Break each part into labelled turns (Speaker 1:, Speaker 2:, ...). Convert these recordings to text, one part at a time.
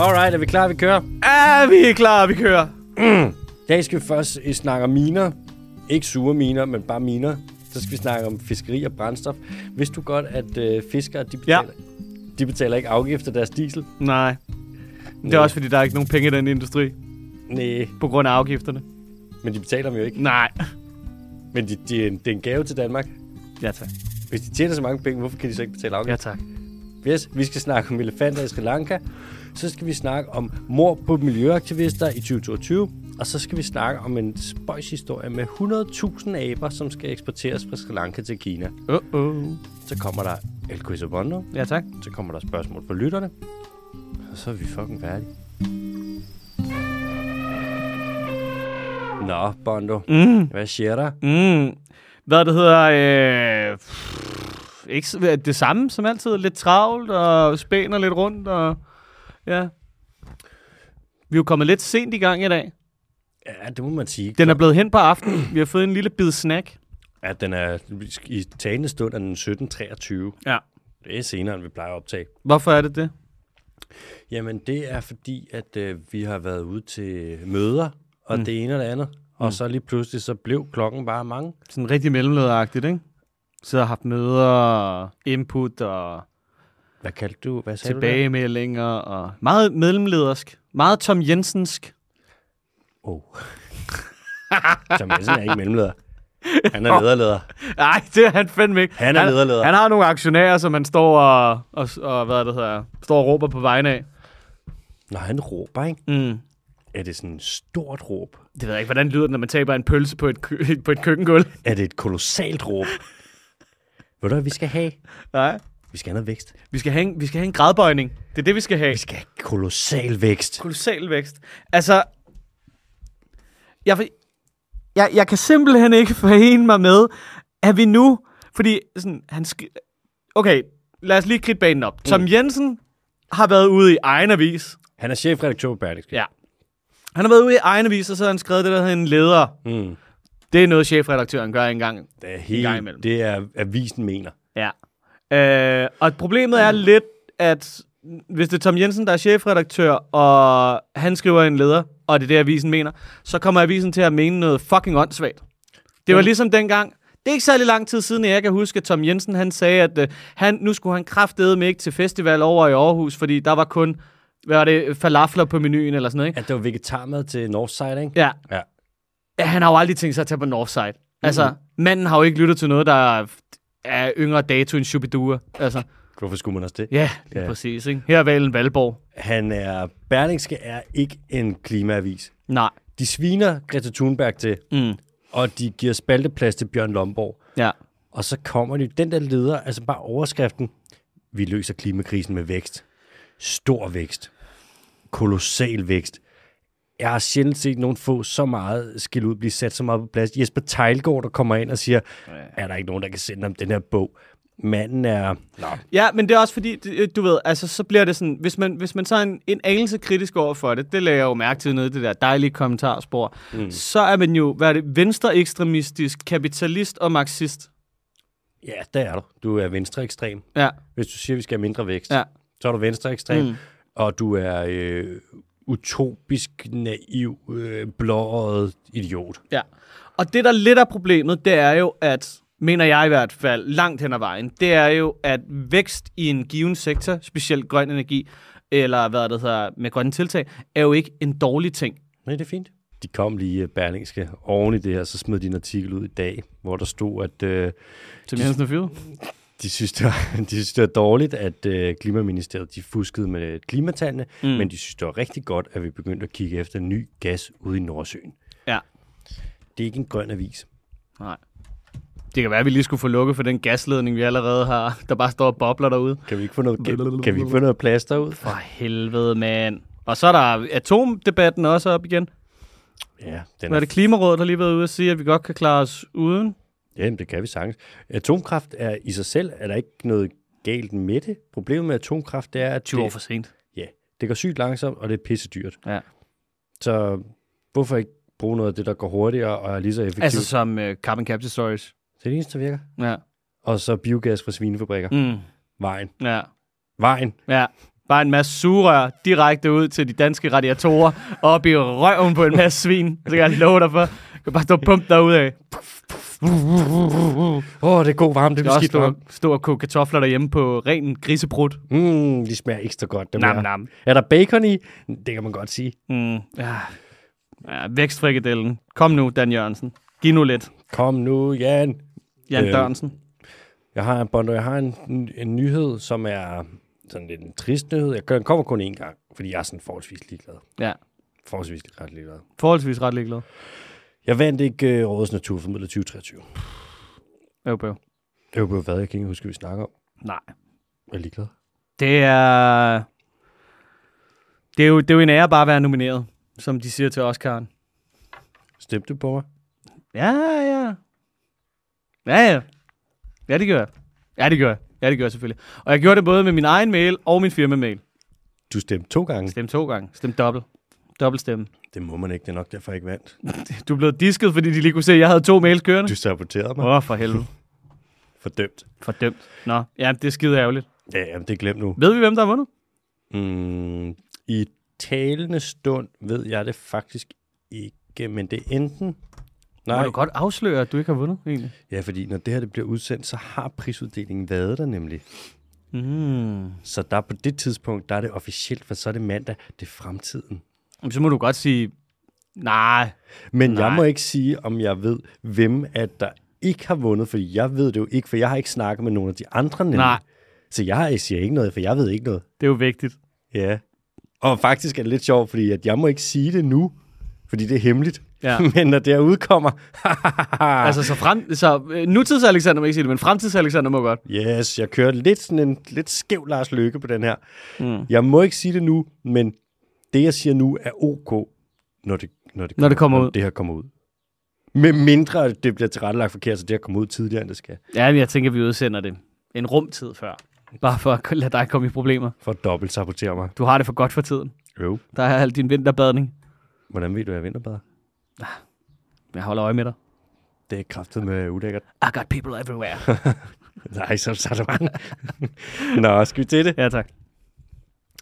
Speaker 1: Alright, er vi klar? Vi kører.
Speaker 2: Er Ah, vi klar? Vi kører.
Speaker 1: I dag skal vi først øh, snakke om miner. Ikke sure miner, men bare miner. Så skal vi snakke om fiskeri og brændstof. Vidste du godt, at øh, fiskere, de
Speaker 2: Ja.
Speaker 1: betaler, ja. de betaler ikke afgift af deres diesel?
Speaker 2: Nej. Det er
Speaker 1: Næh.
Speaker 2: også fordi, der er ikke nogen penge i den industri.
Speaker 1: Nej,
Speaker 2: På grund af afgifterne.
Speaker 1: men de betaler dem jo ikke.
Speaker 2: Nej.
Speaker 1: Men de, de, øh, det er en gave til Danmark.
Speaker 2: Ja tak.
Speaker 1: Hvis de tjener så mange penge, hvorfor kan de så ikke betale afgift?
Speaker 2: Ja tak.
Speaker 1: Yes, vi skal snakke om elefanter i Sri Lanka. Så skal vi snakke om mor på miljøaktivister i 2022. Og så skal vi snakke om en spøjshistorie med 100.000 aber, som skal eksporteres fra Sri Lanka til Kina.
Speaker 2: Uh -oh.
Speaker 1: Så kommer der El Quiz Bondo.
Speaker 2: Ja tak.
Speaker 1: Så kommer der spørgsmål fra lytterne. Og så er vi fucking færdige. Nå, Bondo.
Speaker 2: Mm.
Speaker 1: Hvad siger der?
Speaker 2: Mm. Hvad det hedder... Øh... pff, Ikke, s- det samme som altid. Lidt travlt og spænder lidt rundt. Og... Ja. Vi er jo kommet lidt sent i gang i dag.
Speaker 1: Ja, det må man sige.
Speaker 2: Den er blevet hen på aftenen. Vi har fået en lille bid snack.
Speaker 1: Ja, den er i talende stund er den 17.23.
Speaker 2: Ja.
Speaker 1: Det er senere, end vi plejer at optage.
Speaker 2: Hvorfor er det det?
Speaker 1: Jamen, det er fordi, at øh, vi har været ude til møder, og mm. det ene og det andet. Og så lige pludselig, så blev klokken bare mange.
Speaker 2: Sådan rigtig mellemlederagtigt, ikke? Så har haft møder, input og
Speaker 1: Hvad kaldte du? Hvad sagde du?
Speaker 2: tilbagemeldinger og meget mellemledersk. Meget Tom Jensensk.
Speaker 1: der? Oh. Tom Jensen er ikke mellemleder. Han er lederleder.
Speaker 2: Nej, det er han fandme ikke.
Speaker 1: Han er lederleder.
Speaker 2: Han har nogle aktionærer, som han står og, og, og hvad det hedder, står og råber på vegne af.
Speaker 1: Når han råber, ikke?
Speaker 2: Mm.
Speaker 1: er det sådan et stort råb?
Speaker 2: Det ved jeg ikke, hvordan det lyder, det, når man taber en pølse på et, kø- på et køkkengulv.
Speaker 1: Er det et kolossalt råb? Ved du, hvad vi skal have?
Speaker 2: Nej.
Speaker 1: Vi skal have noget vækst.
Speaker 2: Vi skal have en, vi skal have en gradbøjning. Det er det, vi skal have.
Speaker 1: Vi skal have kolossal vækst.
Speaker 2: kolossal vækst. Altså, jeg, jeg, jeg kan simpelthen ikke forene mig med, at vi nu, fordi sådan, han sk- Okay, lad os lige kridte banen op. Tom Jensen har været ude i egen avis.
Speaker 1: Han er chefredaktør på Berlingske.
Speaker 2: Ja. Han har været ude i egen avis, og så har han skrevet det, der hedder en leder.
Speaker 1: Mm.
Speaker 2: Det er noget, chefredaktøren gør engang.
Speaker 1: Det er
Speaker 2: gang
Speaker 1: helt,
Speaker 2: imellem.
Speaker 1: det er avisen mener.
Speaker 2: Ja. Øh, og problemet er lidt, at hvis det er Tom Jensen, der er chefredaktør, og han skriver en leder, og det er det, avisen mener, så kommer avisen til at mene noget fucking åndssvagt. Det var ligesom dengang, det er ikke særlig lang tid siden, jeg kan huske, at Tom Jensen han sagde, at øh, han, nu skulle han kraftedeme ikke til festival over i Aarhus, fordi der var kun, hvad var det, falafler på menuen eller sådan noget, ikke?
Speaker 1: At det var vegetarmad til Northside, ikke?
Speaker 2: Ja.
Speaker 1: Ja.
Speaker 2: Ja, han har jo aldrig tænkt sig at tage på Northside. Altså, manden har jo ikke lyttet til noget, der er yngre dato end Shubidua. Altså.
Speaker 1: Hvorfor skulle man også det?
Speaker 2: Ja, lige
Speaker 1: Ja.
Speaker 2: ja. præcis. Ikke? Her er Valen Valborg.
Speaker 1: Han er... Berlingske er ikke en klimaavis.
Speaker 2: Nej.
Speaker 1: De sviner Greta Thunberg til,
Speaker 2: Mm.
Speaker 1: og de giver spalteplads til Bjørn Lomborg.
Speaker 2: Ja.
Speaker 1: Og så kommer de... Den der leder, altså bare overskriften. Vi løser klimakrisen med vækst. Stor vækst. Kolossal vækst. Jeg har sjældent set nogen få så meget skil ud, blive sat så meget på plads. Jesper Tejlgaard, der kommer ind og siger, er der ikke nogen, der kan sende ham den her bog? Manden er... Nå,
Speaker 2: ja, men det er også fordi, det- du ved, altså så bliver det sådan, hvis man, hvis man så er en, en anelse kritisk over for det, det lagde jeg jo mærke til nede i det der dejlige kommentarspor, mm. så er man jo, hvad er det, venstre ekstremistisk, kapitalist og marxist.
Speaker 1: ja, der er du. Du er venstre ekstrem.
Speaker 2: Ja,
Speaker 1: Hvis du siger, at vi skal have mindre vækst, ja.
Speaker 2: Ja.
Speaker 1: så er du venstre ekstrem, mm. og du er øh, utopisk, naiv, øh, blåret idiot.
Speaker 2: ja. Og det, der lidt er problemet, det er jo, at mener jeg i hvert fald, langt hen ad vejen, det er jo, at vækst i en given sektor, specielt grøn energi, eller hvad det hedder, med grønne tiltag, er jo ikke en dårlig ting.
Speaker 1: Nej, det er fint. De kom lige øh, Berlingske oven i det her, så smed de en artikel ud i dag, hvor der stod, at øh,
Speaker 2: Tim Jensen er fyret?
Speaker 1: de, synes, det var, de synes, det var dårligt, at øh, Klimaministeriet de fuskede med klimatallene, mm. men de synes, det var rigtig godt, at vi begyndte at kigge efter ny gas ude i Nordsøen.
Speaker 2: Ja.
Speaker 1: Det er ikke en grøn avis.
Speaker 2: Nej. Det kan være, at vi lige skulle få lukket for den gasledning, vi allerede har, der bare står og bobler derude.
Speaker 1: Kan vi ikke få noget, kan, kan vi ikke få noget plads derud?
Speaker 2: For helvede, mand. Og så er der atomdebatten også op igen.
Speaker 1: Ja, den
Speaker 2: Hvad er det Klimarådet, der lige har været ude og sige, at vi godt kan klare os uden?
Speaker 1: Jamen, det kan vi sagtens. Atomkraft er i sig selv, er der ikke noget galt med det. Problemet med atomkraft, det er, at
Speaker 2: 20 år for
Speaker 1: det,
Speaker 2: sent.
Speaker 1: ja, det går sygt langsomt, og det er pisse dyrt.
Speaker 2: Ja.
Speaker 1: Så hvorfor ikke bruge noget af det, der går hurtigere og er lige så effektivt?
Speaker 2: Altså
Speaker 1: Altså,
Speaker 2: som uh, carbon capture storage.
Speaker 1: det er det eneste, der virker.
Speaker 2: Ja.
Speaker 1: Og så biogas fra svinefabrikker. Mm.
Speaker 2: Mm.
Speaker 1: Vejen.
Speaker 2: Ja.
Speaker 1: Vejen.
Speaker 2: Ja. Bare en masse surør direkte ud til de danske radiatorer, og op i røven på en masse svin. Det kan jeg love dig for. Du kan bare stå og pumpe derude af.
Speaker 1: Åh, oh, det er god varme, det
Speaker 2: Jeg
Speaker 1: er
Speaker 2: også
Speaker 1: skidt
Speaker 2: stå,
Speaker 1: varme.
Speaker 2: stå og koge kartofler derhjemme på ren grisebrud.
Speaker 1: Mm, de smager ekstra godt, dem
Speaker 2: Nam,
Speaker 1: her.
Speaker 2: nam.
Speaker 1: Er der bacon i? Det kan man godt sige.
Speaker 2: Mm, ja. ja. Vækstfrikadellen. Kom nu, Dan Jørgensen. Giv nu lidt.
Speaker 1: Kom nu, Jan.
Speaker 2: Jan
Speaker 1: Øh.
Speaker 2: øh. Dørensen.
Speaker 1: Jeg har, Bondo, jeg har en, en, en nyhed, som er sådan lidt en trist nyhed. Jeg gør- kommer kun én gang, fordi jeg er sådan forholdsvis ligeglad.
Speaker 2: Ja.
Speaker 1: Forholdsvis ret ligeglad.
Speaker 2: Forholdsvis ret ligeglad.
Speaker 1: Jeg vandt ikke uh, Rådets Naturformidler 2023.
Speaker 2: Øv, bøv.
Speaker 1: Det var på hvad, jeg kan ikke huske, hvad vi snakker om.
Speaker 2: Nej.
Speaker 1: Jeg er ligeglad.
Speaker 2: Det er... Det er, jo, det er jo en ære bare at være nomineret, som de siger til Oscar'en.
Speaker 1: Stemte du på mig?
Speaker 2: Ja, ja. Ja, ja. Ja, det gør jeg. Ja, det gør jeg. Ja, det gør jeg selvfølgelig. Og jeg gjorde det både med min egen mail og min firma-mail.
Speaker 1: Du stemte to gange.
Speaker 2: Stem to gange. Stem dobbelt. Dobbelt stemme.
Speaker 1: Det må man ikke, det er nok derfor, jeg ikke vandt.
Speaker 2: Du blev disket, fordi de lige kunne se, at jeg havde to mails kørende.
Speaker 1: Du saboterede mig.
Speaker 2: Åh, oh, for helvede.
Speaker 1: Fordømt.
Speaker 2: Fordømt. Nå, ja, det er skide ærgerligt.
Speaker 1: Ja, jamen, det er glemt nu.
Speaker 2: Ved vi, hvem der har vundet?
Speaker 1: Mm, I talende stund ved jeg det faktisk ikke, men det er enten...
Speaker 2: Må
Speaker 1: Nej,
Speaker 2: du godt afsløre, at du ikke har vundet, egentlig?
Speaker 1: ja, fordi når det her det bliver udsendt, så har prisuddelingen været der nemlig.
Speaker 2: Mm.
Speaker 1: Så der på det tidspunkt, der er det officielt, for så er det mandag, det er fremtiden.
Speaker 2: Jamen, Så må du godt sige, nej,
Speaker 1: Men Nej. jeg
Speaker 2: Nej.
Speaker 1: må ikke sige, om jeg ved, hvem at der ikke har vundet, for jeg ved det jo ikke, for jeg har ikke snakket med nogen af de andre nemlig.
Speaker 2: Nej.
Speaker 1: Så jeg har- jeg siger ikke noget, for jeg ved ikke noget.
Speaker 2: det er jo vigtigt.
Speaker 1: Ja. Og faktisk er det lidt sjovt, fordi at jeg må ikke sige det nu, fordi det er hemmeligt.
Speaker 2: Ja.
Speaker 1: Men når det her udkommer, Ah.
Speaker 2: Altså, så, frem, så øh, nutids-Alexander må ikke sige det, men fremtids-Alexander må godt.
Speaker 1: yes, jeg kører lidt sådan en lidt skæv Lars Løkke på den her. Mm. Jeg må ikke sige det nu, men det, jeg siger nu, er ok, når det, når det,
Speaker 2: Når det kommer ud.
Speaker 1: det her kommer ud. Med mindre at det bliver tilrettelagt forkert, så det her kommer ud tidligere, end det skal.
Speaker 2: Ja, men jeg tænker, vi udsender det en rumtid før. Bare for at lade dig komme i problemer.
Speaker 1: For at dobbelt sabotere mig.
Speaker 2: Du har det for godt for tiden.
Speaker 1: Jo.
Speaker 2: Der er al din vinterbadning.
Speaker 1: Hvordan ved du, at jeg vinterbader?
Speaker 2: Jeg holder øje med dig.
Speaker 1: Det er kraftet med ulækkert.
Speaker 2: I got people everywhere.
Speaker 1: Nej, så så er der mange. Nå, skal vi til det?
Speaker 2: ja, tak.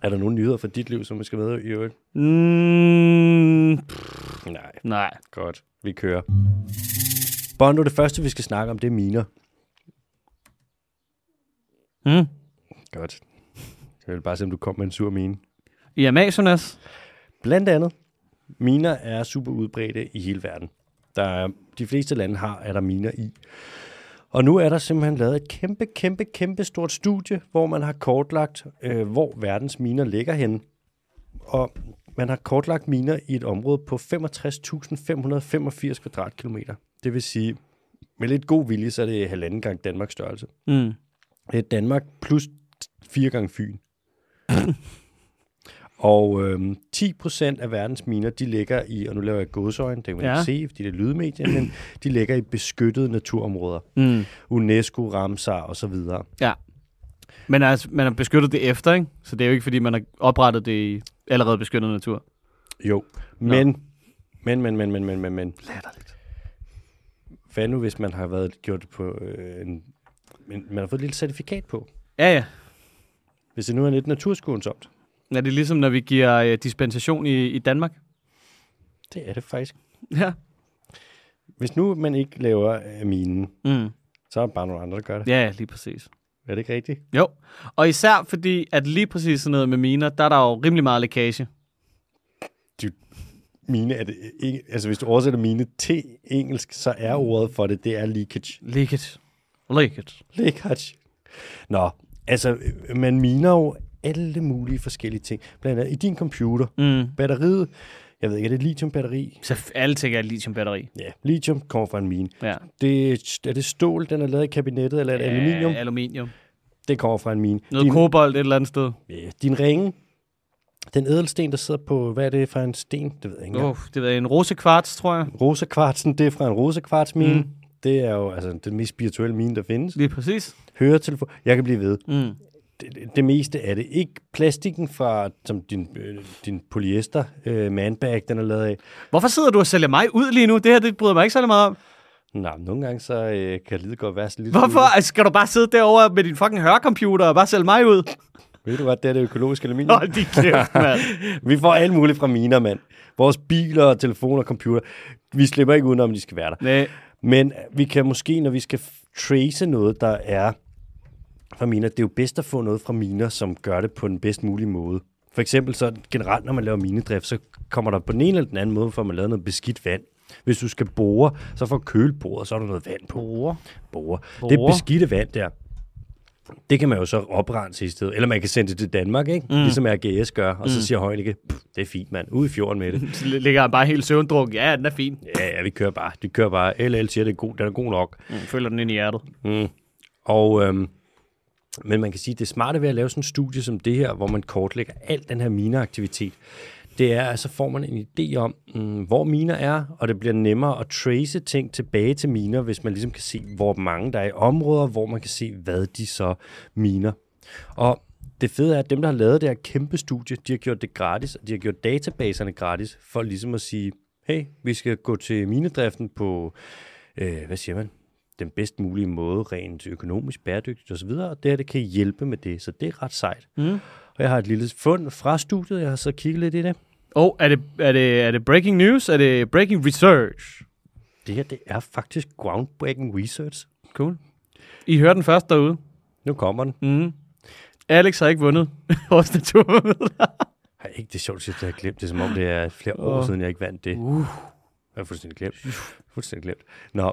Speaker 1: Er der nogle nyheder fra dit liv, som vi skal med i øvrigt?
Speaker 2: Mm, pff,
Speaker 1: Nej,
Speaker 2: nej.
Speaker 1: godt. Vi kører. Bondo, det første, vi skal snakke om, det er miner.
Speaker 2: Mm.
Speaker 1: Godt. Jeg vil bare se, om du kom med en sur mine.
Speaker 2: I Amazonas.
Speaker 1: Blandt andet, miner er super udbredte i hele verden. Der er, de fleste lande har, er der miner i. Og nu er der simpelthen lavet et kæmpe, kæmpe, kæmpe stort studie, hvor man har kortlagt, øh, hvor verdens miner ligger henne. Og man har kortlagt miner i et område på 65.585 kvadratkilometer. Det vil sige, med lidt god vilje, så er det halvanden gang Danmarks størrelse.
Speaker 2: Mm.
Speaker 1: Det er Øh, Danmark plus 4 gange Fyn. og øhm, 10% af verdens miner, de ligger i, og nu laver jeg godsøjne, det kan man ja.
Speaker 2: Ja.
Speaker 1: ikke se, fordi det er lydmedier, men de ligger i beskyttede naturområder.
Speaker 2: Mm.
Speaker 1: UNESCO, Ramsar og så videre.
Speaker 2: Ja. Men altså, man har beskyttet det efter, ikke? Så det er jo ikke, fordi man har oprettet det i allerede beskyttet natur.
Speaker 1: Jo, men, men, men, men, men, men, men, men,
Speaker 2: Latterligt.
Speaker 1: hvad nu, hvis man har været gjort det på øh, en, en, man har fået et lille certifikat på,
Speaker 2: Ja, ja.
Speaker 1: hvis det nu er lidt naturskånsomt.
Speaker 2: Er det ligesom, når vi giver øh, dispensation i, i Danmark?
Speaker 1: Det er det faktisk.
Speaker 2: Ja.
Speaker 1: Hvis nu man ikke laver øh, minen,
Speaker 2: Mm.
Speaker 1: så er der bare nogle andre, der gør det.
Speaker 2: Ja, ja, lige præcis.
Speaker 1: Er det ikke rigtigt?
Speaker 2: Jo. Og især fordi, at lige præcis sådan noget med miner, der er der jo rimelig meget lækage.
Speaker 1: mine er det ikke, altså hvis du oversætter mine til engelsk, så er ordet for det, det er leakage.
Speaker 2: Lækket. Lækket.
Speaker 1: Leakage. Nå, altså man miner jo alle mulige forskellige ting. Blandt andet i din computer,
Speaker 2: Mm.
Speaker 1: batteriet, jeg ved ikke, er det lithiumbatteri?
Speaker 2: Så f- alle ting er et lithiumbatteri.
Speaker 1: Ja, lithium kommer fra en mine.
Speaker 2: Ja.
Speaker 1: Det, er det stål, den er lavet i kabinettet, eller er det ja, aluminium?
Speaker 2: Ja, aluminium.
Speaker 1: Det kommer fra en mine.
Speaker 2: Noget
Speaker 1: din,
Speaker 2: kobolt et eller andet sted.
Speaker 1: ja, din ringe, den ædelsten, der sidder på, hvad er det for en sten? Det ved jeg ikke. engang.
Speaker 2: Ja. Oh, det er en rosekvarts, tror jeg.
Speaker 1: Rosekvartsen, det er fra en rosekvartsmine. Mm. Det er jo altså, den mest spirituelle mine, der findes.
Speaker 2: Lige præcis.
Speaker 1: høretelefon. Jeg kan blive ved.
Speaker 2: Mm.
Speaker 1: Det, det, det meste er det. Ikke plastikken fra som din, øh, din polyester øh, manbag, den er lavet af.
Speaker 2: Hvorfor sidder du og sælger mig ud lige nu? Det her, det bryder mig ikke særlig meget om.
Speaker 1: Nå, men nogle gange så øh, kan det lige godt være sådan lidt...
Speaker 2: Hvorfor? Altså, skal du bare sidde derovre med din fucking hørekomputer og bare sælge mig ud?
Speaker 1: Ved du hvad, det er det økologiske aluminium?
Speaker 2: Hold de kæft, mand.
Speaker 1: Vi får alt muligt fra miner, mand. Vores biler, telefoner, computer. Vi slipper ikke udenom, de skal være der.
Speaker 2: Nej.
Speaker 1: Men vi kan måske, når vi skal f- trace noget, der er fra miner, det er jo bedst at få noget fra miner, som gør det på den bedst mulige måde. For eksempel så generelt, når man laver minedrift, så kommer der på den ene eller den anden måde, for at man laver noget beskidt vand. Hvis du skal bore, så får kølebordet, så er der noget vand på.
Speaker 2: Bore.
Speaker 1: Bore. Det er
Speaker 2: Bore.
Speaker 1: beskidte vand der. Det kan man jo så oprense i stedet. Eller man kan sende det til Danmark, ikke? Mm. Ligesom RGS gør. Og så siger Højnække, "Pff, det er fint, mand. Ud i fjorden med det.
Speaker 2: Så ligger han bare helt søvndruk. Ja, den er fin.
Speaker 1: ja, ja, vi kører bare. Vi kører bare. LL siger, det er god, den er god nok.
Speaker 2: Mm, føler den ind i hjertet.
Speaker 1: Og, øhm, men man kan sige, at det smarte ved at lave sådan en studie som det her, hvor man kortlægger al den her mineaktivitet, det er, at så får man en idé om, mm, hvor miner er, og det bliver nemmere at trace ting tilbage til miner, hvis man ligesom kan se, hvor mange der er i områder, hvor man kan se, hvad de så miner. Og det fede er, at dem, der har lavet det her kæmpe studie, de har gjort det gratis, og de har gjort databaserne gratis, for ligesom at sige, hey, vi skal gå til minedriften på, øh, hvad siger man, den bedst mulige måde, rent økonomisk bæredygtigt osv., og det her, det kan hjælpe med det, så det er ret sejt. Mm. Og jeg har et lille fund fra studiet, jeg har så kigget lidt i det.
Speaker 2: Åh, oh, er, det, er, det, er det breaking news? Er det breaking research?
Speaker 1: Det her, det er faktisk groundbreaking research.
Speaker 2: Cool. I hører den først derude.
Speaker 1: Nu kommer den. Mm.
Speaker 2: Alex har ikke vundet vores naturmidler.
Speaker 1: Ej, ikke det er sjovt, at jeg har glemt det, som om det er flere år siden, jeg ikke vandt det. Jeg har fuldstændig glemt. Fuldstændig glemt. Nå,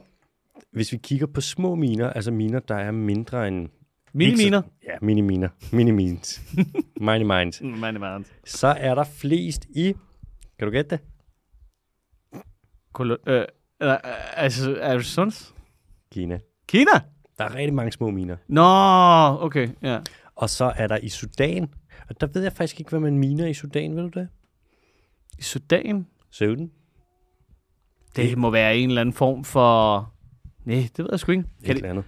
Speaker 1: hvis vi kigger på små miner, altså miner, der er mindre end... ikke så-
Speaker 2: Miniminer.
Speaker 1: Ja, mini-miner. Mini-mines. Mini-mines.
Speaker 2: Man, man.
Speaker 1: Så er der flest i... Kan du gætte det?
Speaker 2: Kolo- øh, øh, altså, Arizona?
Speaker 1: Kina.
Speaker 2: Kina?
Speaker 1: Der er rigtig mange små miner.
Speaker 2: Nå, okay, ja.
Speaker 1: Og så er der i Sudan. Og der ved jeg faktisk ikke, hvad man miner i Sudan, ved du det?
Speaker 2: I Sudan?
Speaker 1: Søvden?
Speaker 2: Det må være en eller anden form for... Nej, det ved jeg sgu ikke.
Speaker 1: Et
Speaker 2: Kan
Speaker 1: eller
Speaker 2: det...
Speaker 1: andet.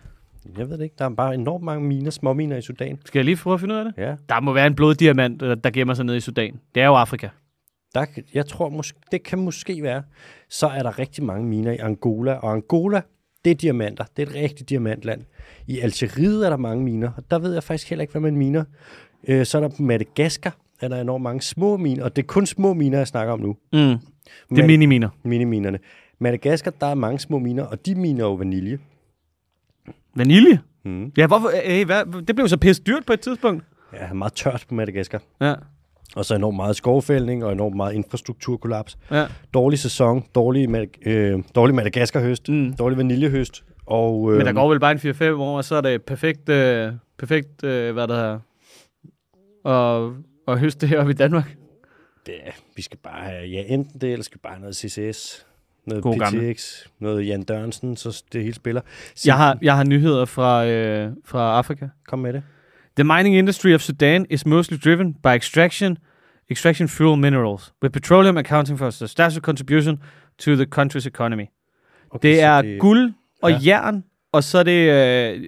Speaker 1: Jeg ved det ikke. Der er bare enormt mange miner, små miner i Sudan.
Speaker 2: Skal jeg lige prøve at finde ud af det?
Speaker 1: Ja.
Speaker 2: Der må være en bloddiamant, øh, der gemmer sig nede i Sudan. Det er jo Afrika.
Speaker 1: Der, kan- jeg tror, måske, det kan måske være. Så er der rigtig mange miner i Angola. Og Angola, det er diamanter. Det er et rigtigt diamantland. I Algeriet er der mange miner. Og der ved jeg faktisk heller ikke, hvad man miner. Øh, så er der på Madagaskar. Er der enormt mange små miner. Og det er kun små miner, jeg snakker om nu.
Speaker 2: Mm. Det er
Speaker 1: Men-
Speaker 2: miniminer.
Speaker 1: Miniminerne. Madagaskar, der er mange små miner, og de miner jo vanilje.
Speaker 2: Vanilje? Mm. Ja, hvorfor? Hey, hvad? Det blev så pisse dyrt på et tidspunkt.
Speaker 1: Ja, meget tørt på Madagaskar.
Speaker 2: Ja,
Speaker 1: Og så enormt meget skovfældning og enormt meget infrastrukturkollaps.
Speaker 2: ja.
Speaker 1: Dårlig sæson, dårlig, Madag- øh, dårlig Madagaskarhøst, mm. dårlig vaniljehøst. Og, øh,
Speaker 2: Men der går vel bare en 4-5 år, og så er det perfekt, øh, perfekt øh, hvad der hedder, og, og høste det heroppe i Danmark.
Speaker 1: Ja, vi skal bare have, ja, enten det, eller skal vi bare have noget CCS, noget
Speaker 2: God
Speaker 1: God PTX,
Speaker 2: gammel.
Speaker 1: noget Jan Dørensen, så det hele spiller. Sig,
Speaker 2: Jeg har, jeg har nyheder fra, øh, fra Afrika.
Speaker 1: Kom med det.
Speaker 2: The mining industry of Sudan is mostly driven by extraction, extraction fuel minerals, with petroleum accounting for a substantial contribution to the country's economy.
Speaker 1: Okay,
Speaker 2: Det
Speaker 1: så
Speaker 2: er guld og
Speaker 1: Ja.
Speaker 2: ja. jern, og så er det, øh,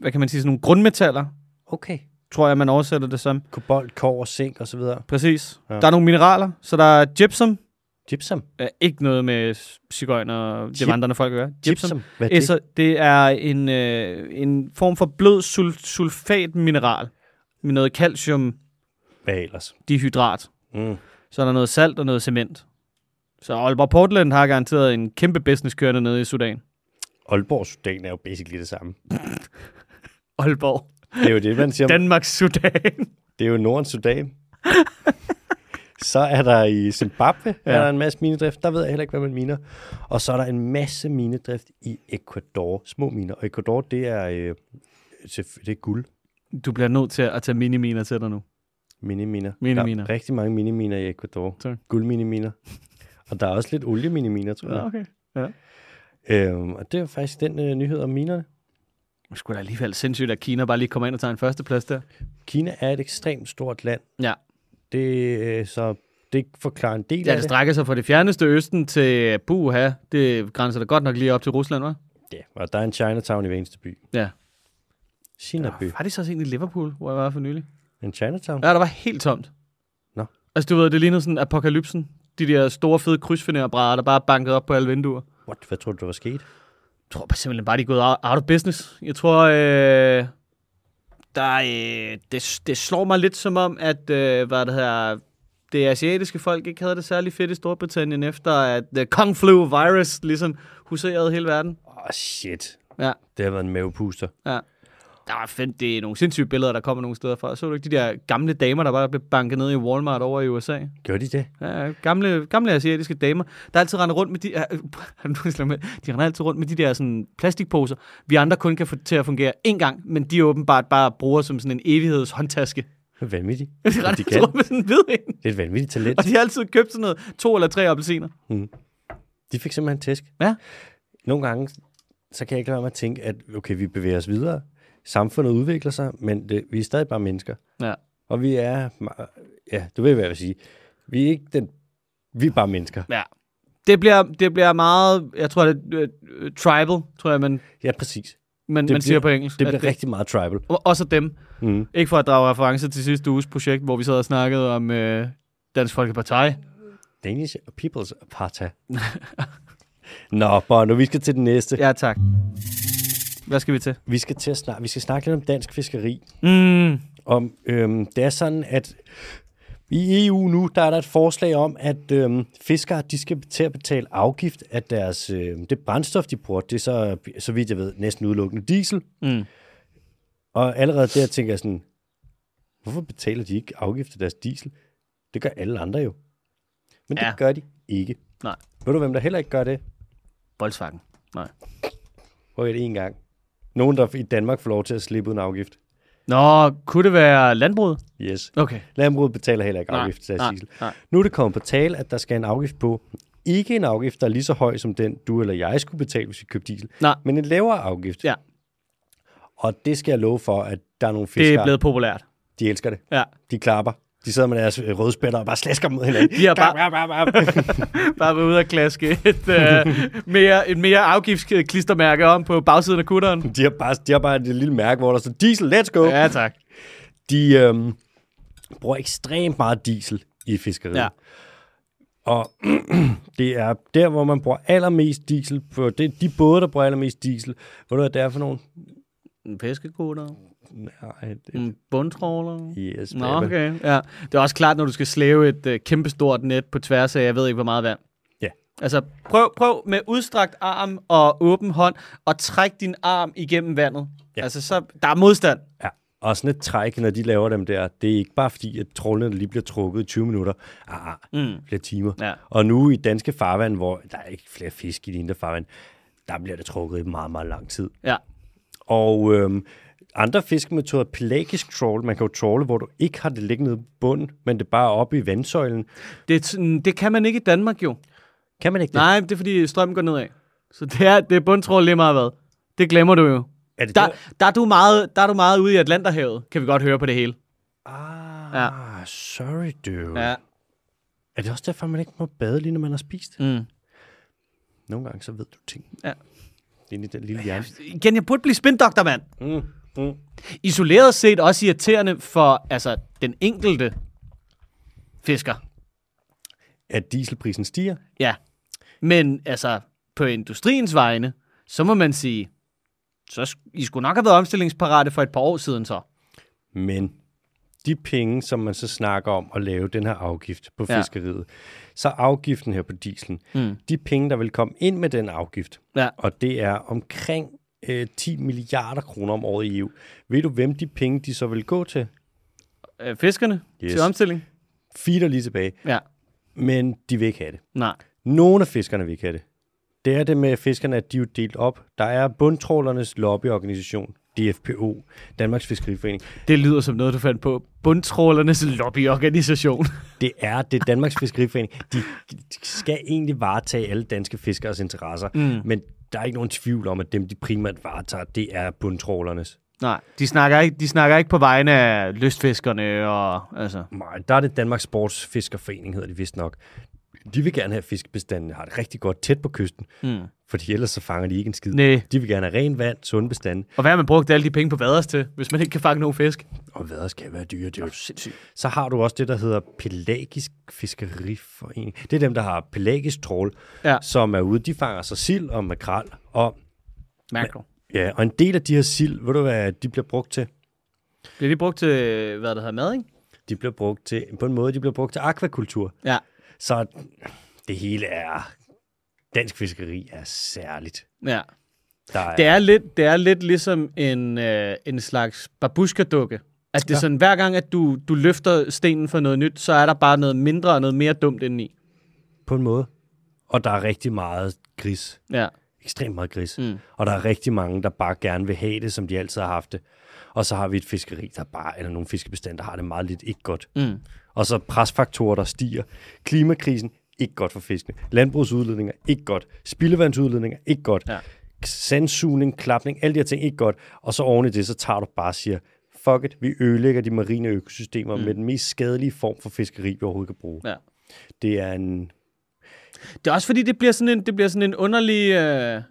Speaker 2: hvad kan man sige, sådan nogle grundmetaller,
Speaker 1: Okay.
Speaker 2: tror jeg, man oversætter det som.
Speaker 1: Kobolt, kov og zink og så videre.
Speaker 2: Præcis.
Speaker 1: Ja.
Speaker 2: Ja. Der er nogle mineraler, så der er gypsum,
Speaker 1: Gypsum.
Speaker 2: øh, ikke noget med cigøjner og
Speaker 1: Gyp-
Speaker 2: de vandrende folk at gøre. Gypsum. gypsum.
Speaker 1: Hvad er
Speaker 2: Det?
Speaker 1: det?
Speaker 2: Så det er en, øh, en form for blød sul- sulfatmineral med noget calciumdihydrat.
Speaker 1: Hvad ellers? Mm.
Speaker 2: Så er der noget salt og noget cement. Så Aalborg Portland har garanteret en kæmpe business kørende nede i Sudan.
Speaker 1: Aalborg Sudan er jo basically det samme.
Speaker 2: Aalborg.
Speaker 1: Det er jo det, man siger. Den...
Speaker 2: Danmarks Sudan.
Speaker 1: Det er jo Nordens Sudan. så er der i Zimbabwe, ja. er der en masse minedrift. Der ved jeg heller ikke, hvad man miner. Og så er der en masse minedrift i Ecuador. Små miner. Og Ecuador, det er, øh, selvfø- det er guld.
Speaker 2: Du bliver nødt til at tage miniminer til dig nu.
Speaker 1: Miniminer.
Speaker 2: Miniminer.
Speaker 1: Der er rigtig mange miniminer i Ecuador.
Speaker 2: Tak.
Speaker 1: Guldminiminer. Og der er også lidt olieminiminer, tror jeg.
Speaker 2: okay. Ja.
Speaker 1: Ja. Øhm, og det er faktisk den øh, nyhed om minerne.
Speaker 2: Det skulle da alligevel sindssygt, at Kina bare lige kommer ind og tager en førsteplads der.
Speaker 1: Kina er et ekstremt stort land.
Speaker 2: Ja.
Speaker 1: Det, øh, så det forklarer en del
Speaker 2: Ja,
Speaker 1: af
Speaker 2: det
Speaker 1: det.
Speaker 2: strækker sig fra det fjerneste østen til Buha. Det grænser da godt nok lige op til Rusland, hva'?
Speaker 1: Ja, og der er en Chinatown i hver eneste by.
Speaker 2: Ja.
Speaker 1: Sinaby.
Speaker 2: Var det så også en i Liverpool, hvor jeg var for nylig?
Speaker 1: En Chinatown?
Speaker 2: Ja, der var helt tomt.
Speaker 1: Nå.
Speaker 2: Altså, du ved, det lignede sådan apokalypsen. De der store, fede krydsfinerbrædder, der bare bankede op på alle vinduer.
Speaker 1: What? Hvad tror du, der var sket?
Speaker 2: Jeg tror bare simpelthen bare, de er gået out out of business. Jeg tror, øh, der, øh, det, det slår mig lidt som om, at øh, hvad det, her, det asiatiske folk ikke havde det særlig fedt i Storbritannien, efter at the kung flu virus ligesom huserede hele verden.
Speaker 1: Åh, oh, shit.
Speaker 2: Ja,
Speaker 1: Det har været en mavepuster.
Speaker 2: ja. Der er fedt, det er nogle sindssyge billeder, der kommer nogle steder fra. Så du ikke de der gamle damer, der bare blev banket ned i Walmart over i USA?
Speaker 1: Gør de det?
Speaker 2: Ja, ja, gamle, gamle asiatiske damer, der altid render rundt med de... øh, har du slået med? de render altid rundt med de der sådan, plastikposer, vi andre kun kan få til at fungere én gang, men de åbenbart bare bruger som sådan en evigheds håndtaske.
Speaker 1: Det er vanvittigt.
Speaker 2: De
Speaker 1: Og
Speaker 2: render
Speaker 1: de
Speaker 2: altid
Speaker 1: kan.
Speaker 2: rundt med sådan en hvid en,
Speaker 1: Det er et vanvittigt talent.
Speaker 2: og de har altid købt sådan noget, to eller tre appelsiner.
Speaker 1: De fik simpelthen tæsk.
Speaker 2: Ja.
Speaker 1: Nogle gange, så kan jeg ikke lade være med at tænke, at okay, vi bevæger os videre. Samfundet udvikler sig, men det, vi er stadig bare mennesker.
Speaker 2: Ja.
Speaker 1: Og vi er, ma- ja, du ved, hvad jeg vil sige. Vi er ikke den, vi er bare mennesker.
Speaker 2: ja. Det bliver, det bliver meget, jeg tror, det er øh, tribal, tror jeg, man, man,
Speaker 1: Ja, præcis.
Speaker 2: man
Speaker 1: bliver-
Speaker 2: siger på engelsk.
Speaker 1: Det
Speaker 2: at
Speaker 1: bliver rigtig meget tribal.
Speaker 2: Og- Også dem.
Speaker 1: Mm.
Speaker 2: Ikke for at drage referencer til sidste uges projekt, hvor vi sad og snakkede om øh, Dansk Folkeparti.
Speaker 1: Danish People's Parta. Nå, Bono, vi skal til den næste. Ja.
Speaker 2: Ja, tak. Hvad skal vi til?
Speaker 1: Vi skal til at snakke, vi skal snakke lidt om dansk fiskeri.
Speaker 2: Mm.
Speaker 1: om, øhm, det er sådan, at i EU nu, der er der et forslag om, at øhm, fiskere, de skal til at betale afgift af deres, øhm, det brændstof, de bruger. Det er så, så vidt jeg ved, næsten udelukkende diesel.
Speaker 2: Mm.
Speaker 1: Og allerede der tænker jeg sådan, hvorfor betaler de ikke afgift af deres diesel? Det gør alle andre jo. Men det
Speaker 2: Ja.
Speaker 1: gør de ikke.
Speaker 2: Nej.
Speaker 1: Ved du, hvem der heller ikke gør det?
Speaker 2: Volkswagen. Nej.
Speaker 1: Prøv det en gang. Nogen, der i Danmark får lov til at slippe uden afgift.
Speaker 2: Nå, kunne det være landbruget?
Speaker 1: Yes.
Speaker 2: Okay.
Speaker 1: Landbruget betaler heller ikke
Speaker 2: Nej,
Speaker 1: afgift til
Speaker 2: nej,
Speaker 1: deres diesel.
Speaker 2: nej.
Speaker 1: Nu er det kommet på tale, at der skal en afgift på. Ikke en afgift, der er lige så høj som den, du eller jeg skulle betale, hvis vi købte diesel.
Speaker 2: Nej.
Speaker 1: Men en lavere afgift.
Speaker 2: Ja,
Speaker 1: Og det skal jeg love for, at der er nogle
Speaker 2: det
Speaker 1: fiskere,
Speaker 2: er blevet populært.
Speaker 1: de elsker det.
Speaker 2: Ja.
Speaker 1: De klapper. De sidder med deres øh, rødspætter og bare slæsker mod hinanden.
Speaker 2: De har bare-
Speaker 1: Bam, bam, bam, bam.
Speaker 2: Bare ved ude og klaske et, øh, mere, et mere afgiftsklistermærke om på bagsiden af kutteren.
Speaker 1: de, har bare, de har bare et lille mærke, hvor der står diesel, let's go.
Speaker 2: Ja, tak.
Speaker 1: De øhm, bruger ekstremt meget diesel i fiskeriet.
Speaker 2: Ja.
Speaker 1: Og det er der, hvor man bruger allermest diesel. På det, er de både, der bruger allermest diesel. Ved du, hvad det er for nogle?
Speaker 2: En fiskekutter.
Speaker 1: Nej, det
Speaker 2: En bundtråler.
Speaker 1: Yes,
Speaker 2: Nå,
Speaker 1: baby.
Speaker 2: okay. Ja. Det er også klart, når du skal slæve et øh, kæmpestort net på tværs af, jeg ved ikke, hvor meget vand.
Speaker 1: Ja.
Speaker 2: Altså, prøv, prøv med udstrakt arm og åben hånd, og træk din arm igennem vandet. Ja. Altså, så, der er modstand.
Speaker 1: Ja. Og sådan et træk, når de laver dem der, det er ikke bare fordi, at trålene lige bliver trukket i 20 minutter. Ah, ah, mm. flere timer.
Speaker 2: Ja.
Speaker 1: Og nu i danske farvand, hvor der er ikke flere fisk i de indre farvand, der bliver det trukket i meget, meget lang tid.
Speaker 2: Ja.
Speaker 1: Og øhm, andre fiskemetoder, pelagisk trawl, man kan jo trawle, hvor du ikke har det liggende nede på bunden, men det er bare oppe i vandsøjlen.
Speaker 2: Det, er sådan- det kan man ikke i Danmark jo.
Speaker 1: Kan man ikke det?
Speaker 2: Nej, det er fordi strømmen går nedad. Så det er, det er bundtrål lige meget hvad. Det glemmer du jo.
Speaker 1: Er det
Speaker 2: Der,
Speaker 1: der?
Speaker 2: der, er du meget, der er du meget ude i Atlanterhavet, kan vi godt høre på det hele.
Speaker 1: Ah, sorry dude.
Speaker 2: Ja.
Speaker 1: Er det også derfor, man ikke må bade, lige når man har spist?
Speaker 2: Mm.
Speaker 1: Nogle gange, så ved du ting.
Speaker 2: Ja.
Speaker 1: Inde i den lille hjerne.
Speaker 2: Igen, jeg burde blive spindoktor, mand.
Speaker 1: Mm, mm.
Speaker 2: Isoleret set også irriterende for altså, den enkelte fisker.
Speaker 1: At dieselprisen stiger.
Speaker 2: Ja. Men altså, på industriens vegne, så må man sige, så sk- I skulle nok have været omstillingsparate for et par år siden så.
Speaker 1: Men de penge, som man så snakker om at lave den her afgift på
Speaker 2: Ja.
Speaker 1: fiskeriet, så afgiften her på dieselen, mm. de penge, der vil komme ind med den afgift,
Speaker 2: Ja.
Speaker 1: og det er omkring øh, 10 milliarder kroner om året i EU. Ved du, hvem de penge, de så vil gå til?
Speaker 2: Øh, Fiskerne yes.
Speaker 1: Yes.
Speaker 2: til omstilling?
Speaker 1: Fider lige tilbage,
Speaker 2: Ja.
Speaker 1: men de vil ikke have det.
Speaker 2: Nej.
Speaker 1: Nogle af fiskerne vil ikke have det. Det er det med fiskerne, at de er jo delt op. Der er bundtrålernes lobbyorganisation, DFPO, Danmarks Fiskeriforening.
Speaker 2: Det lyder som noget, du fandt på. Bundtrålernes lobbyorganisation.
Speaker 1: Det er det er Danmarks Fiskeriforening. De de skal egentlig varetage alle danske fiskeres interesser, mm. men der er ikke nogen tvivl om, at dem, de primært varetager, det er bundtrålernes.
Speaker 2: Nej, de snakker, ikke, de snakker ikke på vegne af lystfiskerne og... Altså.
Speaker 1: Nej, Der er det Danmarks Sportsfiskerforening, hedder det vist nok. De vil gerne have at fiskebestanden har det rigtig godt tæt på kysten, mm. fordi ellers så fanger de ikke en skid.
Speaker 2: Næ.
Speaker 1: De vil gerne have ren vand, sunde bestande,
Speaker 2: Og hvad har man brugt alle de penge på vaders til, hvis man ikke kan fange nogen fisk?
Speaker 1: og hvad skal være dyre, det er jo sindssygt. Så har du også det, der hedder Pelagisk Fiskeriforening. Det er dem, der har pelagisk trål,
Speaker 2: Ja.
Speaker 1: som er ude. De fanger sig sild og makrel, og
Speaker 2: Mærker
Speaker 1: Ja, og en del af de her sild, ved du hvad de bliver brugt til?
Speaker 2: Bliver de brugt til, hvad det hedder, mad, ikke?
Speaker 1: De bliver brugt til, på en måde, de bliver brugt til akvakultur.
Speaker 2: Ja.
Speaker 1: Så det hele er... Dansk fiskeri er særligt.
Speaker 2: ja.
Speaker 1: Der er,
Speaker 2: Det, er lidt, det er lidt ligesom en, øh, en slags babushka-dukke. At det er
Speaker 1: Ja.
Speaker 2: sådan, hver gang, at du, du løfter stenen for noget nyt, så er der bare noget mindre og noget mere dumt indeni.
Speaker 1: På en måde. Og der er rigtig meget gris.
Speaker 2: Ja.
Speaker 1: Ekstremt meget gris.
Speaker 2: Mm.
Speaker 1: Og der er rigtig mange, der bare gerne vil have det, som de altid har haft det. Og så har vi et fiskeri, der bare, eller nogle fiskebestand, der har det meget lidt ikke godt.
Speaker 2: Mm.
Speaker 1: Og så presfaktorer, der stiger. Klimakrisen, ikke godt for fiskene. Landbrugsudledninger, ikke godt. Spildevandsudledninger, ikke godt.
Speaker 2: Ja.
Speaker 1: Sandsugning, klapning, alle de her ting, ikke godt. Og så oven i det, så tager du bare og siger, fuck it, vi ødelægger de marine økosystemer mm. med den mest skadelige form for fiskeri, vi overhovedet kan bruge.
Speaker 2: ja.
Speaker 1: Det er en...
Speaker 2: Det er også fordi, det bliver sådan en, det bliver sådan en underlig... Øh,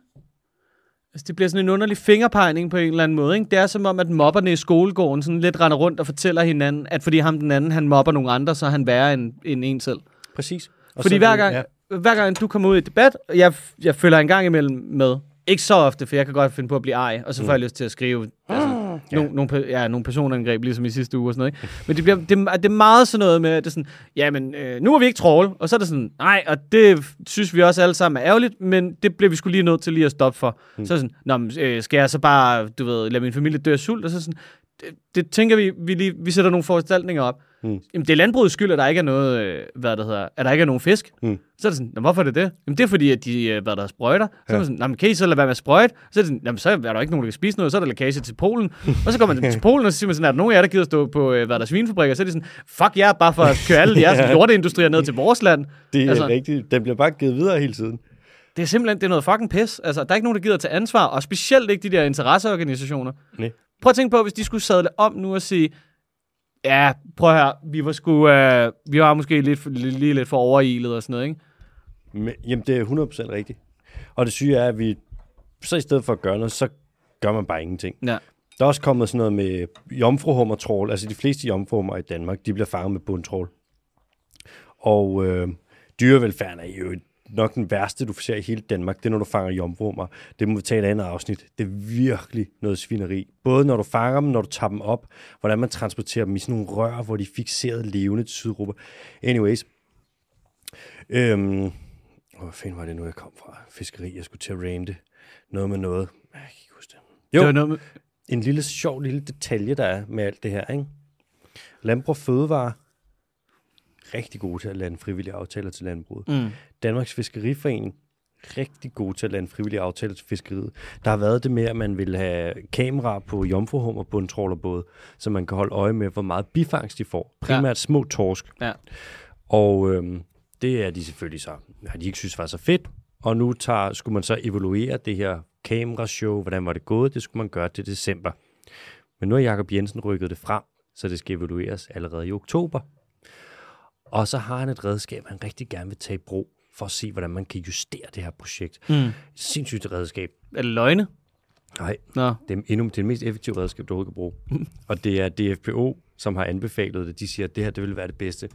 Speaker 2: altså, det bliver sådan en underlig fingerpegning på en eller anden måde. Ikke? Det er som om, at mobberne i skolegården sådan lidt render rundt og fortæller hinanden, at fordi ham den anden, han mobber nogle andre, så er han værre end, end en selv.
Speaker 1: Præcis. Og
Speaker 2: Fordi
Speaker 1: så-
Speaker 2: hver gang,
Speaker 1: Ja.
Speaker 2: hver gang du kommer ud i debat, og jeg, jeg følger en gang imellem med, ikke så ofte, for jeg kan godt finde på at blive ej,
Speaker 1: Mm.
Speaker 2: og så får jeg lyst til at skrive altså, nogle, nogle, pe- ja, nogle personangreb, ligesom i sidste uge og sådan noget. Ikke? Men det, bliver, det, er- det er meget sådan noget med, at det er sådan, jamen, øh, nu må vi ikke tråle, og så er det sådan, nej, og det f- synes vi også alle sammen er ærgerligt, men det bliver vi skulle lige nødt til lige at stoppe for. Mm. Så er det sådan, Nå, men, øh, skal jeg så bare, du ved, lade min familie dø af sult, og så er det sådan, det, det tænker vi, vi, lige, vi sætter nogle foranstaltninger op. Mm. Jamen, det er landbrugets skyld, at der ikke er noget, øh, hvad det hedder, at der ikke er nogen fisk.
Speaker 1: Mm.
Speaker 2: Så er det sådan, "Nå, hvorfor er det det? Jamen, det er fordi, at de, øh, hvad der hedder, sprøjter. Så er man sådan, "Nå, men kan I så lade være med at sprøjte? Så er det sådan, jamen, så er der ikke nogen, der kan spise noget, så er der lækage til Polen. og så kommer man til Polen, og så siger man sådan, er der nogen af jer, der gider stå på, øh, hvad der er, svinefabrikker? Så er det sådan, fuck jer, bare for at køre alle jeres lorteindustrier ned til vores land.
Speaker 1: Det er
Speaker 2: altså-
Speaker 1: altså, rigtigt. Den bliver bare givet videre hele tiden.
Speaker 2: Det er simpelthen, det er noget fucking pis. Altså, der er ikke nogen, der gider tage ansvar, og specielt ikke de der interesseorganisationer.
Speaker 1: Nej.
Speaker 2: Prøv at tænke på, hvis de skulle sadle om nu og sige, ja, prøv her, vi var sgu, øh, vi var måske lidt, for- lige, lige lidt for overilet og sådan noget, ikke?
Speaker 1: Men, jamen, det er 100% rigtigt. Og det syge er, at vi så i stedet for at gøre noget, så gør man bare ingenting.
Speaker 2: Ja.
Speaker 1: Der er også kommet sådan noget med jomfruhummertrål. Altså de fleste jomfruhummer i Danmark, de bliver fanget med bundtrål. Og øh, dyrevelfærden er jo nok den værste, du ser i hele Danmark, det er, når du fanger jomfruhummer. Det må vi tale i et andet afsnit. Det er virkelig noget svineri. Både når du fanger dem, når du tager dem op, hvordan man transporterer dem i sådan nogle rør, hvor de er fixeret levende til Sydeuropa. Anyways. Øhm, hvor fanden var det nu, jeg kom fra? Fiskeri, jeg skulle til at rante. Noget med noget. Jeg kan ikke huske det. Jo,
Speaker 2: Det var noget med,
Speaker 1: en lille sjov lille detalje, der er med alt det her. Ikke? Landbrug Fødevare, rigtig gode til at lande frivillige aftaler til landbruget.
Speaker 2: Mm.
Speaker 1: Danmarks Fiskeriforening, rigtig gode til at lande frivillige aftaler til fiskeriet. Der har været det med, at man vil have kamera på jomfruhummer på en trålerbåd, så man kan holde øje med, hvor meget bifangst de får. Primært ja. små torsk.
Speaker 2: ja.
Speaker 1: Og øhm, det er de selvfølgelig så, har de ikke synes var så fedt. Og nu tager, skulle man så evaluere det her kamerashow, hvordan var det gået, det skulle man gøre til december. Men nu har Jacob Jensen rykket det frem, så det skal evalueres allerede i oktober. Og så har han et redskab, han rigtig gerne vil tage i brug, for at se, hvordan man kan justere det her projekt. Mm. Et sindssygt redskab.
Speaker 2: Er det løgne?
Speaker 1: Nej,
Speaker 2: Nå.
Speaker 1: det er endnu det, er det mest effektive redskab, du overhovedet kan bruge. Og det er DFPO, som har anbefalet det. De siger, at det her det vil være det bedste.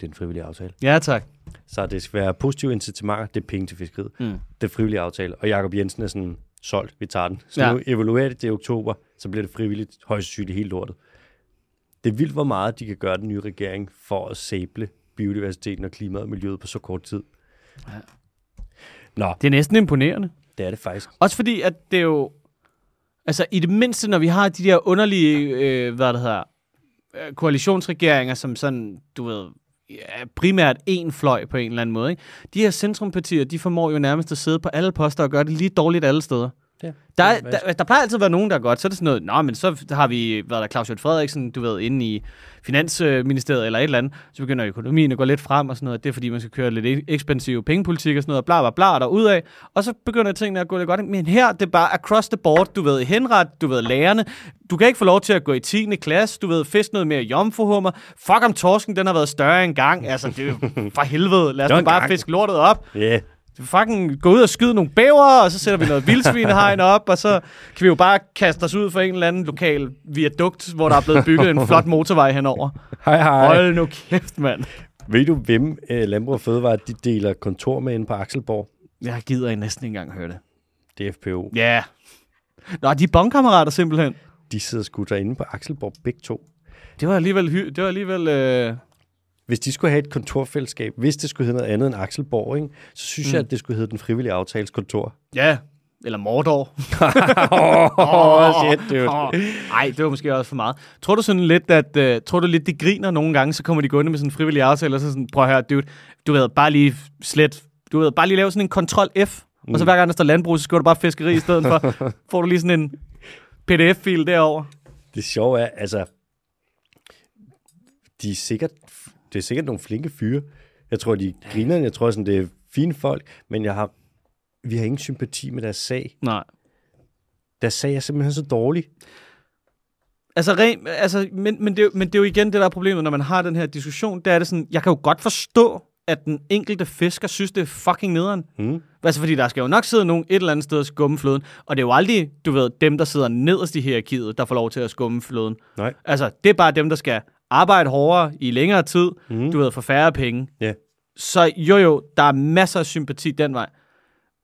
Speaker 1: Det er en frivillig aftale.
Speaker 2: Ja, tak.
Speaker 1: Så det skal være positive incitamenter, det er penge til fiskeriet.
Speaker 2: Mm.
Speaker 1: Mm. Det er frivillig aftale. Og Jakob Jensen er sådan, solgt, vi tager den. Så
Speaker 2: Ja.
Speaker 1: ja. nu evaluerer det til oktober, så bliver det frivilligt, højst sandsynligt helt lortet. Det er vildt, hvor meget de kan gøre den nye regering for at sæble biodiversiteten og klimaet og miljøet på så kort tid. Ja. Nå,
Speaker 2: Det er næsten imponerende.
Speaker 1: det er det faktisk.
Speaker 2: Også fordi, at det er jo... Altså, i det mindste, når vi har de der underlige, øh, hvad det hedder, øh, koalitionsregeringer, som sådan, du ved, ja, primært en fløj på en eller anden måde. Ikke? De her centrumpartier, de formår jo nærmest at sidde på alle poster og gøre det lige dårligt alle steder.
Speaker 1: Det,
Speaker 2: Der, er,
Speaker 1: det er faktisk-
Speaker 2: der, der plejer altid at være nogen, der er godt. Så er det sådan noget, nå, men så har vi været der Claus Hjort Frederiksen, du ved, inde i Finansministeriet eller et eller andet. Så begynder økonomien at gå lidt frem og sådan noget. Det er fordi, man skal køre lidt e- ekspansiv pengepolitik og sådan noget, bla bla bla, derudad. Og så begynder tingene at gå lidt godt. Men her, det er bare across the board, du ved, henret, du ved, lærerne. Du kan ikke få lov til at gå i 10. klasse, du ved, fisk noget mere jomfruhummer. Fuck om torsken, den har været større engang. Altså, det er jo for helvede. Lad
Speaker 1: Det var
Speaker 2: os nu bare
Speaker 1: engang.
Speaker 2: fiske lortet op
Speaker 1: Ja,
Speaker 2: fucking gå ud og skyde nogle bæver, og så sætter vi noget vildsvinehegn op, og så kan vi jo bare kaste os ud for en eller anden lokal viadukt, hvor der er blevet bygget en flot motorvej henover.
Speaker 1: hej hej.
Speaker 2: Hold nu kæft, mand.
Speaker 1: Ved du, hvem øh, Landbrug og Fødevare, de deler kontor med inde på Akselborg?
Speaker 2: Jeg gider I næsten ikke engang høre det.
Speaker 1: DFPO.
Speaker 2: Ja. Yeah. Nå, de er bondkammerater simpelthen.
Speaker 1: de sidder sgu derinde på Akselborg begge to.
Speaker 2: Det var alligevel... Hy- det var alligevel øh,
Speaker 1: Hvis de skulle have et kontorfællesskab, hvis det skulle hedde noget andet end Akselborg, ikke, så synes mm. jeg, at det skulle hedde den frivillige aftales kontor.
Speaker 2: ja, eller Mordor.
Speaker 1: Åh, oh, shit, dude.
Speaker 2: Nej, det var måske også for meget. Tror du sådan lidt, at øh, tror du lidt, de griner nogle gange, så kommer de gående med sådan en frivillig aftale, og så sådan, prøv at høre, dude, du ved, bare lige slet, du ved, bare lige lave sådan en kontrol F, mm. og så hver gang der står landbrug, så skriver du bare fiskeri i stedet for, får du lige sådan en pdf-fil derover.
Speaker 1: Det sjove er, altså, de er sikkert, det er sikkert nogle flinke fyre. Jeg tror, de griner, jeg tror, sådan, det er fine folk, men jeg har, vi har ingen sympati med deres sag.
Speaker 2: Nej.
Speaker 1: Deres sag er simpelthen så dårlig.
Speaker 2: Altså, ren, altså men, men, det, er jo- men det er jo igen det, der er problemet, når man har den her diskussion. Der er det sådan, jeg kan jo godt forstå, at den enkelte fisker synes, det er fucking nederen. Mm. Altså, fordi der skal jo nok sidde nogen et eller andet sted og skumme floden. Og det er jo aldrig, du ved, dem, der sidder nederst i hierarkiet, der får lov til at skumme floden.
Speaker 1: Nej.
Speaker 2: Altså, det er bare dem, der skal arbejde hårdere i længere tid, mm. du ved, for færre penge.
Speaker 1: Ja.
Speaker 2: Så jo jo, der er masser af sympati den vej.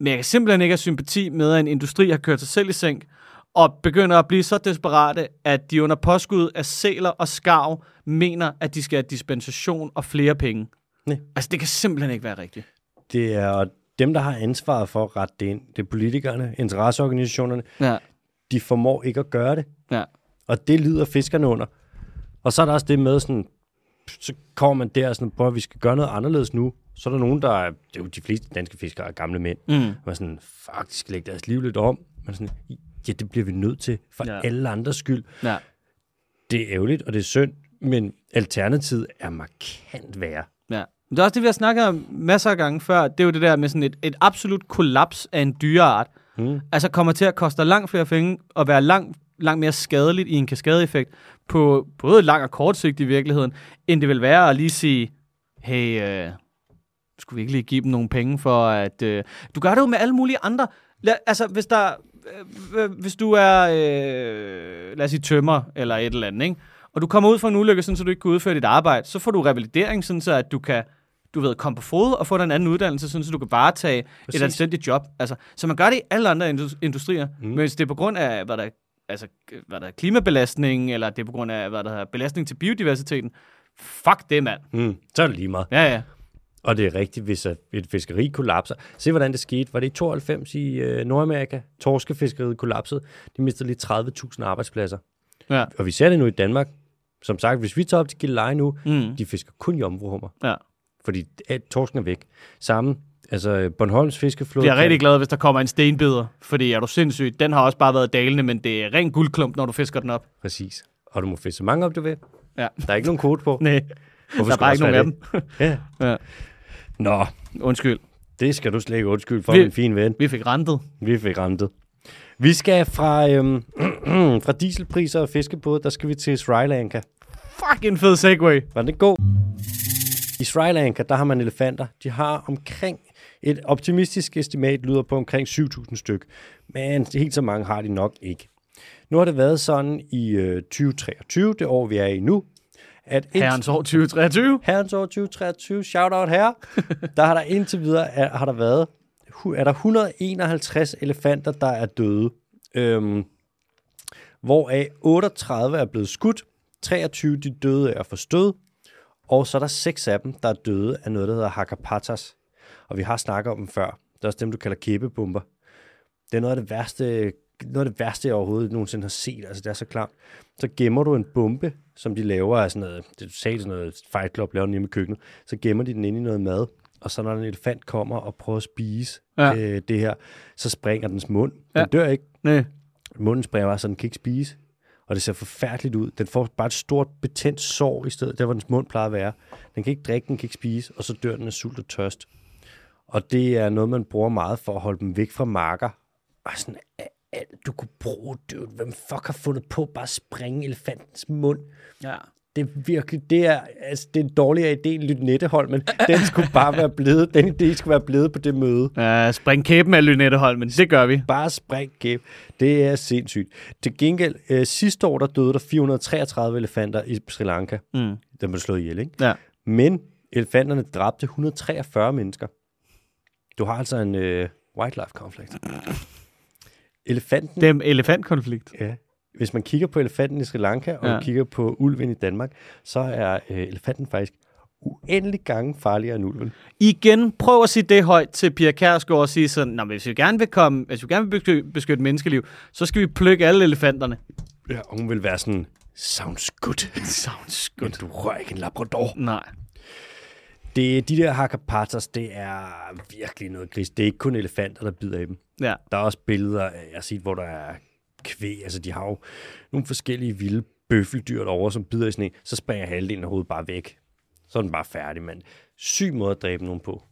Speaker 2: Men jeg kan simpelthen ikke have sympati med, at en industri har kørt sig selv i sænk, og begynder at blive så desperate, at de under påskud af sæler og skarv mener, at de skal have dispensation og flere penge.
Speaker 1: Nej.
Speaker 2: Altså, det kan simpelthen ikke være rigtigt.
Speaker 1: Det er og dem, der har ansvaret for at rette det ind. Det er politikerne, interesseorganisationerne.
Speaker 2: Ja,
Speaker 1: De formår ikke at gøre det.
Speaker 2: ja.
Speaker 1: Og det lider fiskerne under. Og så er der også det med sådan, så kommer man der og sådan, prøv at vi skal gøre noget anderledes nu. Så er der nogen, der er, det er jo de fleste danske fiskere er gamle mænd. Mm. Og sådan, fuck, de skal lægge deres liv lidt om. Men sådan, ja, det bliver vi nødt til, for
Speaker 2: Ja.
Speaker 1: ja. alle andres skyld.
Speaker 2: ja.
Speaker 1: Det er ærgerligt, og det er synd, men alternativet er markant værre.
Speaker 2: Ja. Men det er også det, vi har snakket om masser af gange før. Det er jo det der med sådan et, et absolut kollaps af en dyreart. Mm. Altså kommer til at koste dig langt flere penge og være langt, langt mere skadeligt i en kaskadeeffekt på både lang og kort sigt i virkeligheden, end det vil være at lige sige, hey, øh, skulle vi ikke lige give dem nogle penge for at... Øh, du gør det jo med alle mulige andre. La, altså, hvis der... øh, Øh, hvis du er, øh, lad os sige, tømmer eller et eller andet, ikke? og du kommer ud for en ulykke, sådan, så du ikke kan udføre dit arbejde, så får du revalidering, sådan så at du kan du ved, komme på fod og få dig en anden uddannelse, sådan så du kan varetage Præcis.
Speaker 1: Præcis.
Speaker 2: et anstændigt job. Altså, så man gør det i alle andre indus- industrier, mm. men hvis det er på grund af, hvad der, altså, hvad der er klimabelastning, eller det er på grund af, hvad der er belastning til biodiversiteten, fuck det, mand.
Speaker 1: Mm. Så er det lige meget.
Speaker 2: Ja, ja.
Speaker 1: Og det er rigtigt, hvis at et fiskeri kollapser. Se, hvordan det skete. Var det i 92 i øh, Nordamerika? Torskefiskeriet kollapsede. De mistede lige 30.000 arbejdspladser.
Speaker 2: ja.
Speaker 1: Og vi ser det nu i Danmark. Som sagt, hvis vi tager op til Gilleleje nu,
Speaker 2: Mm.
Speaker 1: mm. de fisker kun jomfruhummer,
Speaker 2: ja.
Speaker 1: fordi alt torsken er væk. Samme, altså øh, Bornholms fiskeflåde.
Speaker 2: Jeg er rigtig glad, hvis der kommer en stenbider, fordi er du sindssyg, den har også bare været dalende, men det er ren guldklump, når du fisker den op.
Speaker 1: Præcis. Og du må fiske så mange op, du vil.
Speaker 2: Ja.
Speaker 1: Der er ikke nogen kvote på.
Speaker 2: Nej,
Speaker 1: Hvorfor
Speaker 2: der er
Speaker 1: skulle
Speaker 2: bare ikke
Speaker 1: også
Speaker 2: nogen af
Speaker 1: være
Speaker 2: dem.
Speaker 1: det? Ja.
Speaker 2: Ja.
Speaker 1: ja. Nå,
Speaker 2: Undskyld,
Speaker 1: det skal du slet ikke undskylde for,
Speaker 2: Vi-
Speaker 1: vi... min fine ven.
Speaker 2: vi fik rentet.
Speaker 1: Vi fik ramtet. Vi skal fra, øhm, fra dieselpriser og fiskebåde, der skal vi til Sri Lanka.
Speaker 2: Fucking fed segway.
Speaker 1: Var det god? I Sri Lanka, der har man elefanter. De har omkring, et optimistisk estimat lyder på omkring 7.000 styk. Men helt så mange har de nok ikke. Nu har det været sådan i øh, 2023, det år vi er i nu, at et-
Speaker 2: Herrens år 2023.
Speaker 1: herrens år 2023, shout out her, der har der indtil videre er, har der været, hu- er der 151 elefanter, der er døde, øhm, hvoraf 38 er blevet skudt, 23 de døde er forstød, og så er der seks af dem, der er døde af noget, der hedder hakapatas. Og vi har snakket om dem før. Det er også dem, du kalder kæbebomber. Det er noget af det værste, noget af det værste, jeg overhovedet nogensinde har set. Altså, det er så klart. Så gemmer du en bombe, som de laver af sådan noget, det du sagde sådan noget Fight Club, laver den hjemme i køkkenet, så gemmer de den inde i noget mad, og så når en elefant kommer og prøver at spise
Speaker 2: Ja.
Speaker 1: ja. øh, det her, så springer dens mund. Den
Speaker 2: Ja.
Speaker 1: ja. dør ikke.
Speaker 2: Nej.
Speaker 1: Munden springer bare, så den kan ikke spise. Og det ser forfærdeligt ud. Den får bare et stort betændt sår i stedet, der hvor dens mund plejer at være. Den kan ikke drikke, den kan ikke spise, og så dør den af sult og tørst. Og det er noget, man bruger meget for at holde dem væk fra marker. Og sådan, "Af alt du kunne bruge, dude. Hvem fuck har fundet på bare at springe elefantens mund?
Speaker 2: Ja.
Speaker 1: Det er virkelig, det er, altså, det er en dårligere idé end Lynette Holm, men den skulle bare være blevet, den idé skulle være blevet på det møde.
Speaker 2: Uh, spring kæben af Lynette Holmen, det gør vi.
Speaker 1: Bare spring gæb. Det er sindssygt. Til gengæld, øh, sidste år der døde der 433 elefanter i Sri Lanka. Mm. Den blev slået ihjel, ikke?
Speaker 2: Ja.
Speaker 1: Men elefanterne dræbte 143 mennesker. Du har altså en øh, wildlife conflict. Elefanten...
Speaker 2: Dem elefantkonflikt.
Speaker 1: Ja. hvis man kigger på elefanten i Sri Lanka, og
Speaker 2: Ja.
Speaker 1: ja. kigger på ulven i Danmark, så er øh, elefanten faktisk uendelig gange farligere end ulven.
Speaker 2: Igen, prøv at sige det højt til Pia Kærsgaard og sige sådan, "Nå, men hvis vi gerne vil, komme, hvis vi gerne vil besky- beskytte menneskeliv, så skal vi plukke alle elefanterne.
Speaker 1: Ja, og hun vil være sådan, sounds good. sounds good. Men du rører ikke en labrador.
Speaker 2: Nej.
Speaker 1: Det, de der hakapatas, det er virkelig noget gris. Det er ikke kun elefanter, der bider i dem.
Speaker 2: Ja.
Speaker 1: Der er også billeder, øh, jeg har set, hvor der er kvæg. Altså, de har jo nogle forskellige vilde bøffeldyr derovre, som bider i sne. Så springer halvdelen af hovedet bare væk. Så er den bare færdig, mand. Syg måde at dræbe nogen på.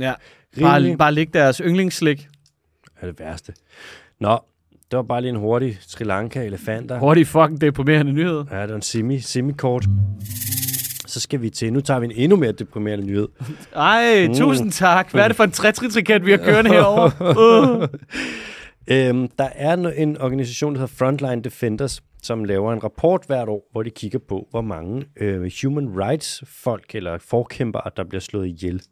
Speaker 2: ja. Bare,
Speaker 1: Rimelig.
Speaker 2: bare læg deres yndlingsslik.
Speaker 1: er det værste. Nå, det var bare lige en hurtig Sri Lanka-elefanter.
Speaker 2: Hurtig fucking deprimerende nyhed.
Speaker 1: Ja, det var en semi, semi-kort. Så skal vi til, nu tager vi en endnu mere deprimerende nyhed.
Speaker 2: Ej,
Speaker 1: Uh.
Speaker 2: mm. tusind tak. Hvad er det for en trætrinsraket, vi har kørende herovre? Uh.
Speaker 1: Øhm, der er no- en organisation, der hedder Frontline Defenders, som laver en rapport hvert år, hvor de kigger på, hvor mange øh, human rights folk eller forkæmpere, der bliver slået ihjel.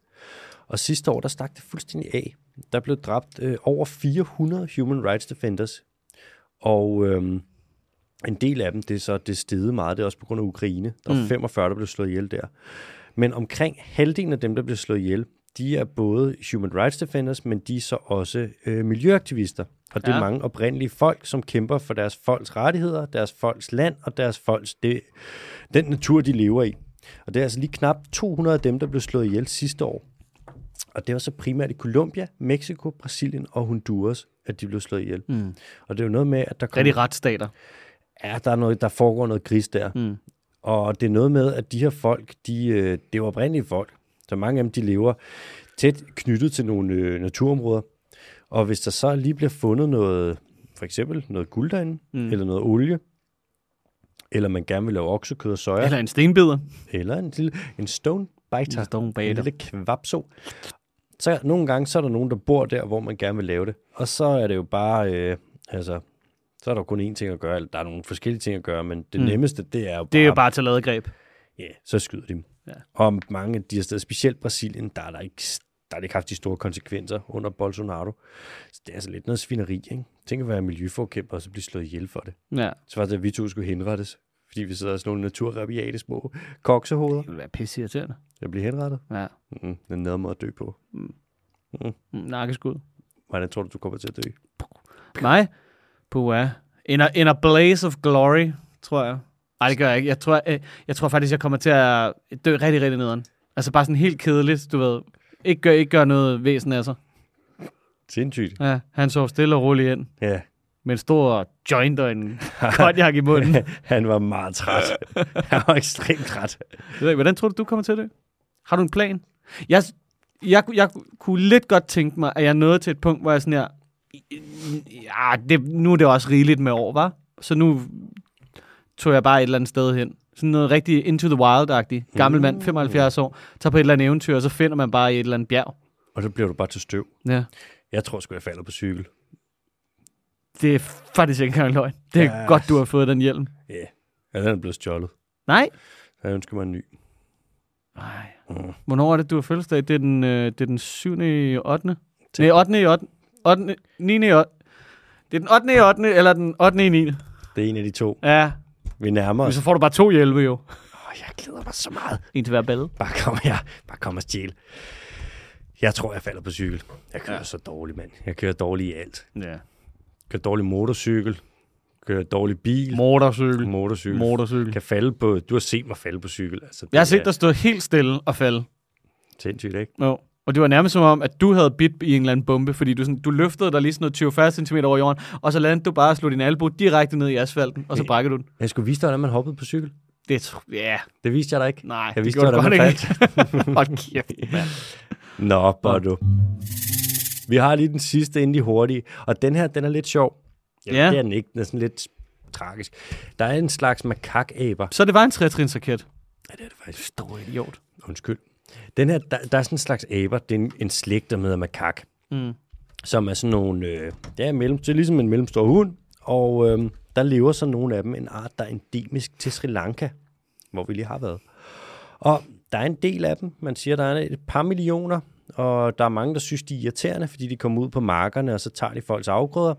Speaker 1: Og sidste år, der stak det fuldstændig af. Der blev dræbt øh, over 400 human rights defenders. Og øhm, en del af dem, det er så det stede meget, det er også på grund af Ukraine. Der var
Speaker 2: Mm.
Speaker 1: 45, der blev slået ihjel der. Men omkring halvdelen af dem, der blev slået ihjel, de er både human rights defenders, men de er så også øh, miljøaktivister. Og det
Speaker 2: Ja.
Speaker 1: er mange oprindelige folk, som kæmper for deres folks rettigheder, deres folks land og deres folks det, den natur, de lever i. Og det er altså lige knap 200 af dem, der blev slået ihjel sidste år. Og det var så primært i Colombia, Mexico, Brasilien og Honduras, at de blev slået ihjel. Mm. Og det er jo noget med, at der kommer
Speaker 2: Rigtig retsstater.
Speaker 1: ja, der, er noget, der foregår noget gris der. Mm. Og det er noget med, at de her folk, de, øh, det er jo oprindelige folk. Så mange af dem, de lever tæt knyttet til nogle øh, naturområder. Og hvis der så lige bliver fundet noget, for eksempel noget guld derinde, mm. eller noget olie, eller man gerne vil lave oksekød og soja, eller,
Speaker 2: Eller en stenbider.
Speaker 1: eller en, lille, en stone biter,
Speaker 2: En stone biter.
Speaker 1: en lille kvapso, så nogle gange, så er der nogen, der bor der, hvor man gerne vil lave det. Og så er det jo bare, øh, altså, så er der jo kun én ting at gøre, eller der er nogle forskellige ting at gøre, men det mm. nemmeste, det er jo bare,
Speaker 2: Det er jo bare til ladegreb.
Speaker 1: ja, så skyder de dem.
Speaker 2: Ja.
Speaker 1: Ja. Og mange af de her steder, specielt Brasilien, der er der ikke, der er det ikke haft de store konsekvenser under Bolsonaro. Så det er altså lidt noget svineri, ikke? Tænk at være miljøforkæmper, og så blive slået ihjel for det.
Speaker 2: Ja.
Speaker 1: Så var det, at vi to skulle henrettes, fordi vi sidder og sådan nogle naturrabiate små koksehoveder.
Speaker 2: Det vil være pisse irriterende.
Speaker 1: Jeg bliver henrettet.
Speaker 2: Ja.
Speaker 1: Mm, det er en nederen måde at dø på.
Speaker 2: Mm, Nakkeskud.
Speaker 1: Hvordan tror du, du kommer til at dø?
Speaker 2: Nej. Pua. In a, in a blaze of glory, tror jeg. Nej, det gør jeg ikke. Jeg tror, jeg, jeg tror faktisk, jeg kommer til at dø rigtig, rigtig nederen. Altså bare sådan helt kedeligt, du ved. Ikke gør, ikke gør noget væsen af sig.
Speaker 1: Sindssygt.
Speaker 2: Ja, han sov stille og roligt ind.
Speaker 1: Ja,
Speaker 2: Med en stor joint og en cognac i munden.
Speaker 1: han var meget træt. han var ekstremt træt.
Speaker 2: Jeg ved ikke, Hvordan tror du, du kommer til det? Har du en plan? Jeg, jeg, jeg kunne lidt godt tænke mig, at jeg nåede til et punkt, hvor jeg sådan her, ja, det, nu er det også rigeligt med år, var. Så nu tog jeg bare et eller andet sted hen. Sådan noget rigtig Into the Wild-agtigt. Gammel mand, 75 år, tager på et eller andet eventyr, og så finder man bare i et eller andet bjerg.
Speaker 1: Og så bliver du bare til støv.
Speaker 2: Ja.
Speaker 1: Jeg tror sgu, jeg falder på cykel.
Speaker 2: Det er faktisk ikke engang løgn. Det er ja.
Speaker 1: Ja.
Speaker 2: godt, du har fået den hjelm.
Speaker 1: Ja. Yeah. Ja, den er blevet stjålet.
Speaker 2: Nej.
Speaker 1: Jeg ønsker mig en ny.
Speaker 2: Nej.
Speaker 1: Mm.
Speaker 2: Hvornår er det, du har fødselsdag? Det er den, øh, det er den 7. i 8. Nej, 8. i 8. 8. 9. i 8. Det er den 8. i 8. eller den 8. i 9.
Speaker 1: Det er en af de to.
Speaker 2: Ja,
Speaker 1: Vi nærmer
Speaker 2: men
Speaker 1: os.
Speaker 2: så får du bare to hjælpe jo.
Speaker 1: Oh, jeg glæder mig så meget.
Speaker 2: En til hver balle.
Speaker 1: Bare kom her. Bare kom og stjæl. Jeg tror, jeg falder på cykel. Jeg kører ja. så dårligt, mand. Jeg kører dårligt i alt.
Speaker 2: Ja.
Speaker 1: Jeg kører dårlig motorcykel. Kører dårlig bil.
Speaker 2: Motorcykel.
Speaker 1: Motorcykel.
Speaker 2: Motorcykel.
Speaker 1: Kan falde på... Du har set mig falde på cykel. Altså, det
Speaker 2: Jeg har set
Speaker 1: er
Speaker 2: dig stå helt stille og falde.
Speaker 1: Sindssygt, ikke?
Speaker 2: Jo. Og det var nærmest som om, at du havde bidt i en eller anden bombe, fordi du, sådan, du løftede dig lige sådan noget 20-40 cm over jorden, og så landede du bare og slog din albu direkte ned i asfalten, og så brækkede du den.
Speaker 1: Jeg skulle vise dig, hvordan man hoppede på cykel.
Speaker 2: Det tr- ja,
Speaker 1: Det viste jeg dig ikke.
Speaker 2: nej,
Speaker 1: jeg
Speaker 2: det
Speaker 1: viste
Speaker 2: gjorde
Speaker 1: dig,
Speaker 2: du
Speaker 1: hvordan
Speaker 2: godt
Speaker 1: man
Speaker 2: ikke. Hold kæft, mand.
Speaker 1: Nå, Bodo. Vi har lige den sidste, inden de hurtige. Og den her, den er lidt sjov.
Speaker 2: Ja.
Speaker 1: ja. det er den ikke. Den er sådan lidt tragisk. Der er en slags makakaber.
Speaker 2: Så det var en trætrinsraket.
Speaker 1: Ja, det er det faktisk.
Speaker 2: Stor idiot.
Speaker 1: Undskyld. Den her, der, der er sådan en slags aber. Det er en, en slægt, der hedder makak.
Speaker 2: Mm.
Speaker 1: Som er sådan nogle... Øh, ja, mellem, det er ligesom en mellemstor hund. Og øh, der lever så nogle af dem en art, der er endemisk til Sri Lanka. Hvor vi lige har været. Og der er en del af dem. Man siger, der er et par millioner, og der er mange, der synes, de er irriterende, fordi de kommer ud på markerne, og så tager de folks afgrøder.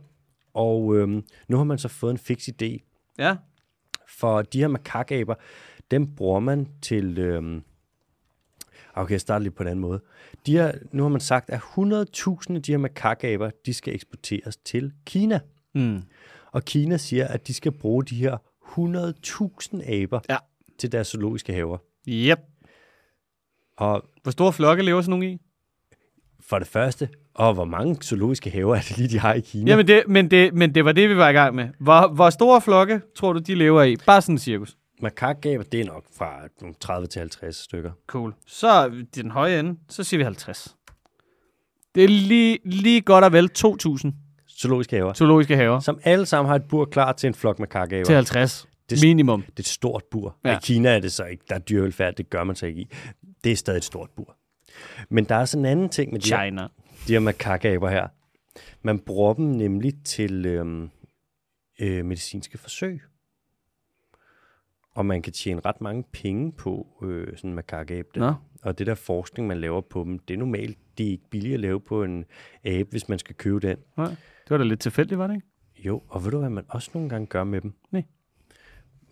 Speaker 1: Og øhm, nu har man så fået en fix idé,
Speaker 2: Ja.
Speaker 1: for de her makakaber, dem bruger man til... Øhm, okay, jeg starter lidt på en anden måde. De her, nu har man sagt, at 100.000 af de her makakaber, de skal eksporteres til Kina.
Speaker 2: Mm.
Speaker 1: Og Kina siger, at de skal bruge de her 100.000 aber
Speaker 2: Ja.
Speaker 1: til deres zoologiske haver.
Speaker 2: Yep.
Speaker 1: Og
Speaker 2: Hvor store flokke lever sådan nogle i?
Speaker 1: for det første, og hvor mange zoologiske haver er det lige, de har i Kina?
Speaker 2: Jamen, det, men, det, men det var det, vi var i gang med. Hvor, hvor store flokke tror du, de lever i? Bare sådan en cirkus.
Speaker 1: Makakaber, det er nok fra nogle 30 til 50 stykker.
Speaker 2: Cool. Så er vi den høje ende, så siger vi 50. Det er lige, lige godt og vel 2.000
Speaker 1: Zoologiske haver,
Speaker 2: zoologiske haver
Speaker 1: som alle sammen har et bur klar til en flok makakaber.
Speaker 2: til 50.
Speaker 1: Det-
Speaker 2: Minimum.
Speaker 1: Det er et stort bur.
Speaker 2: Ja.
Speaker 1: Ja. I Kina er det så ikke. Der er dyrevelfærd, det gør man så ikke i. Det er stadig et stort bur. Men der er sådan en anden ting med de her,
Speaker 2: China.
Speaker 1: de her makakaber her. Man bruger dem nemlig til øhm, øh, medicinske forsøg. Og man kan tjene ret mange penge på øh, sådan en makakabe. der.
Speaker 2: Nå.
Speaker 1: Og det der forskning, man laver på dem, det er normalt, det er ikke billigt at lave på en abe, hvis man skal købe den.
Speaker 2: Nej, Det var da lidt tilfældigt, var det ikke?
Speaker 1: Jo, og ved du, hvad man også nogle gange gør med dem?
Speaker 2: Nej.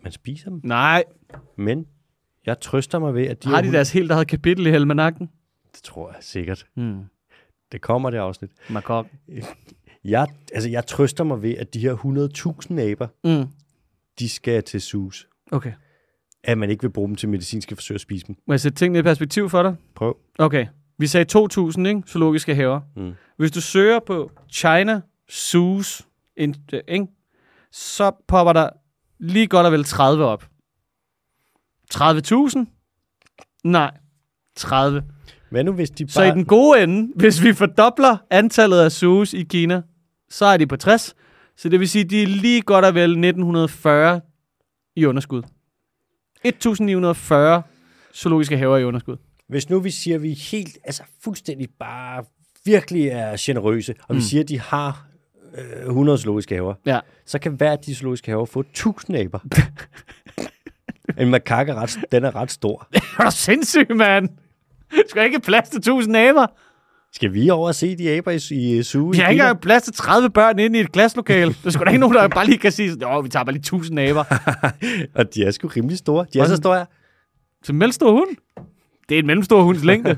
Speaker 1: Man spiser dem.
Speaker 2: Nej.
Speaker 1: Men jeg trøster mig ved, at de...
Speaker 2: Har de deres helt eget kapitel i Helmanakken?
Speaker 1: Det tror jeg sikkert.
Speaker 2: Hmm.
Speaker 1: Det kommer det afsnit.
Speaker 2: Makok.
Speaker 1: Jeg, altså, jeg trøster mig ved, at de her 100.000 aber,
Speaker 2: Mm.
Speaker 1: de skal til sus.
Speaker 2: Okay.
Speaker 1: At man ikke vil bruge dem til medicinske forsøg at spise dem.
Speaker 2: Må jeg sætte tingene i perspektiv for dig?
Speaker 1: Prøv.
Speaker 2: Okay. Vi sagde 2.000, ikke? Zoologiske haver.
Speaker 1: Mm.
Speaker 2: Hvis du søger på China Zoos, in, øh, ikke? så popper der lige godt og vel 30 op. 30.000? Nej, 30.
Speaker 1: Hvad nu, hvis de bare...
Speaker 2: Så i den gode ende, hvis vi fordobler antallet af zoos i Kina, så er de på 60. Så det vil sige, at de er lige godt og vel 1940 i underskud. 1940 zoologiske haver i underskud.
Speaker 1: Hvis nu vi siger, at vi helt, altså fuldstændig bare virkelig er generøse, og mm. vi siger, at de har øh, 100 zoologiske haver,
Speaker 2: Ja.
Speaker 1: så kan hver af de zoologiske haver få 1000 aber. en makak er ret, den er ret stor.
Speaker 2: Er du sindssyg, mand? Skal jeg ikke have plads til 1000 aber?
Speaker 1: Skal vi over og se de aber i, i øh, zoo? i
Speaker 2: Vi har ikke
Speaker 1: Kina?
Speaker 2: engang plads til 30 børn inde i et klasselokale. Der skulle da ikke nogen, der bare lige kan sige, sådan, "Åh, vi tager bare lige 1000 aber.
Speaker 1: Og de er sgu rimelig store. De er så store,
Speaker 2: Så en mellemstor hund? Det er en mellemstor hunds længde.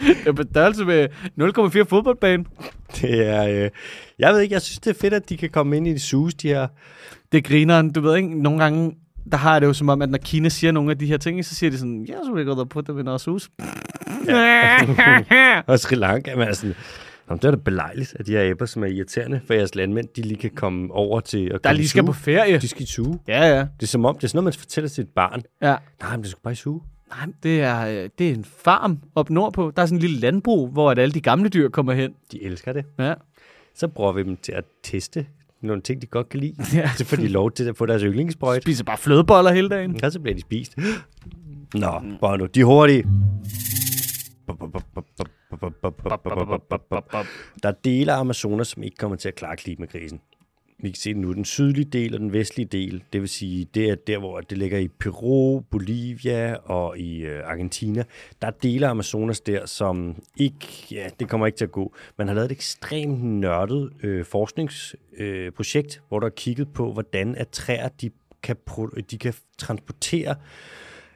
Speaker 2: det er på størrelse med 0,4 fodboldbane.
Speaker 1: Det er, øh, jeg ved ikke, jeg synes, det er fedt, at de kan komme ind i de sus, de her.
Speaker 2: Det griner Du ved ikke, nogle gange, der har jeg det jo som om, at når Kina siger nogle af de her ting, så siger de sådan, jeg skulle ikke på det med noget sus.
Speaker 1: Og Sri Lanka, man er sådan, Nå, men det er da belejligt, at de her æber, som er irriterende for jeres landmænd, de lige kan komme over til at
Speaker 2: Der
Speaker 1: komme i
Speaker 2: lige skal på
Speaker 1: zoo.
Speaker 2: ferie.
Speaker 1: De skal suge.
Speaker 2: Ja, ja.
Speaker 1: Det er som om, det er sådan noget, man fortæller sit barn.
Speaker 2: ja.
Speaker 1: Nej, men det skal bare suge.
Speaker 2: Nej, men det er, øh, det er en farm op nordpå. Der er sådan en lille landbrug, hvor at alle de gamle dyr kommer hen.
Speaker 1: De elsker det.
Speaker 2: Ja.
Speaker 1: Så bruger vi dem til at teste nogle ting, de godt kan lide.
Speaker 2: Ja.
Speaker 1: Så får de lov til at få deres yndlingsbrøjt.
Speaker 2: Spiser bare flødeboller hele dagen.
Speaker 1: Og så bliver de spist. Nå, bare nu. De er hurtige. Der er dele af Amazonas, som ikke kommer til at klare klimakrisen. Vi kan se det nu. Den sydlige del og den vestlige del, det vil sige, det er der, hvor det ligger i Peru, Bolivia og i øh, Argentina. Der er dele af Amazonas der, som ikke, ja, det kommer ikke til at gå. Man har lavet et ekstremt nørdet øh, forskningsprojekt, øh, projekt, hvor der er kigget på, hvordan at træer, de kan, pro- de kan transportere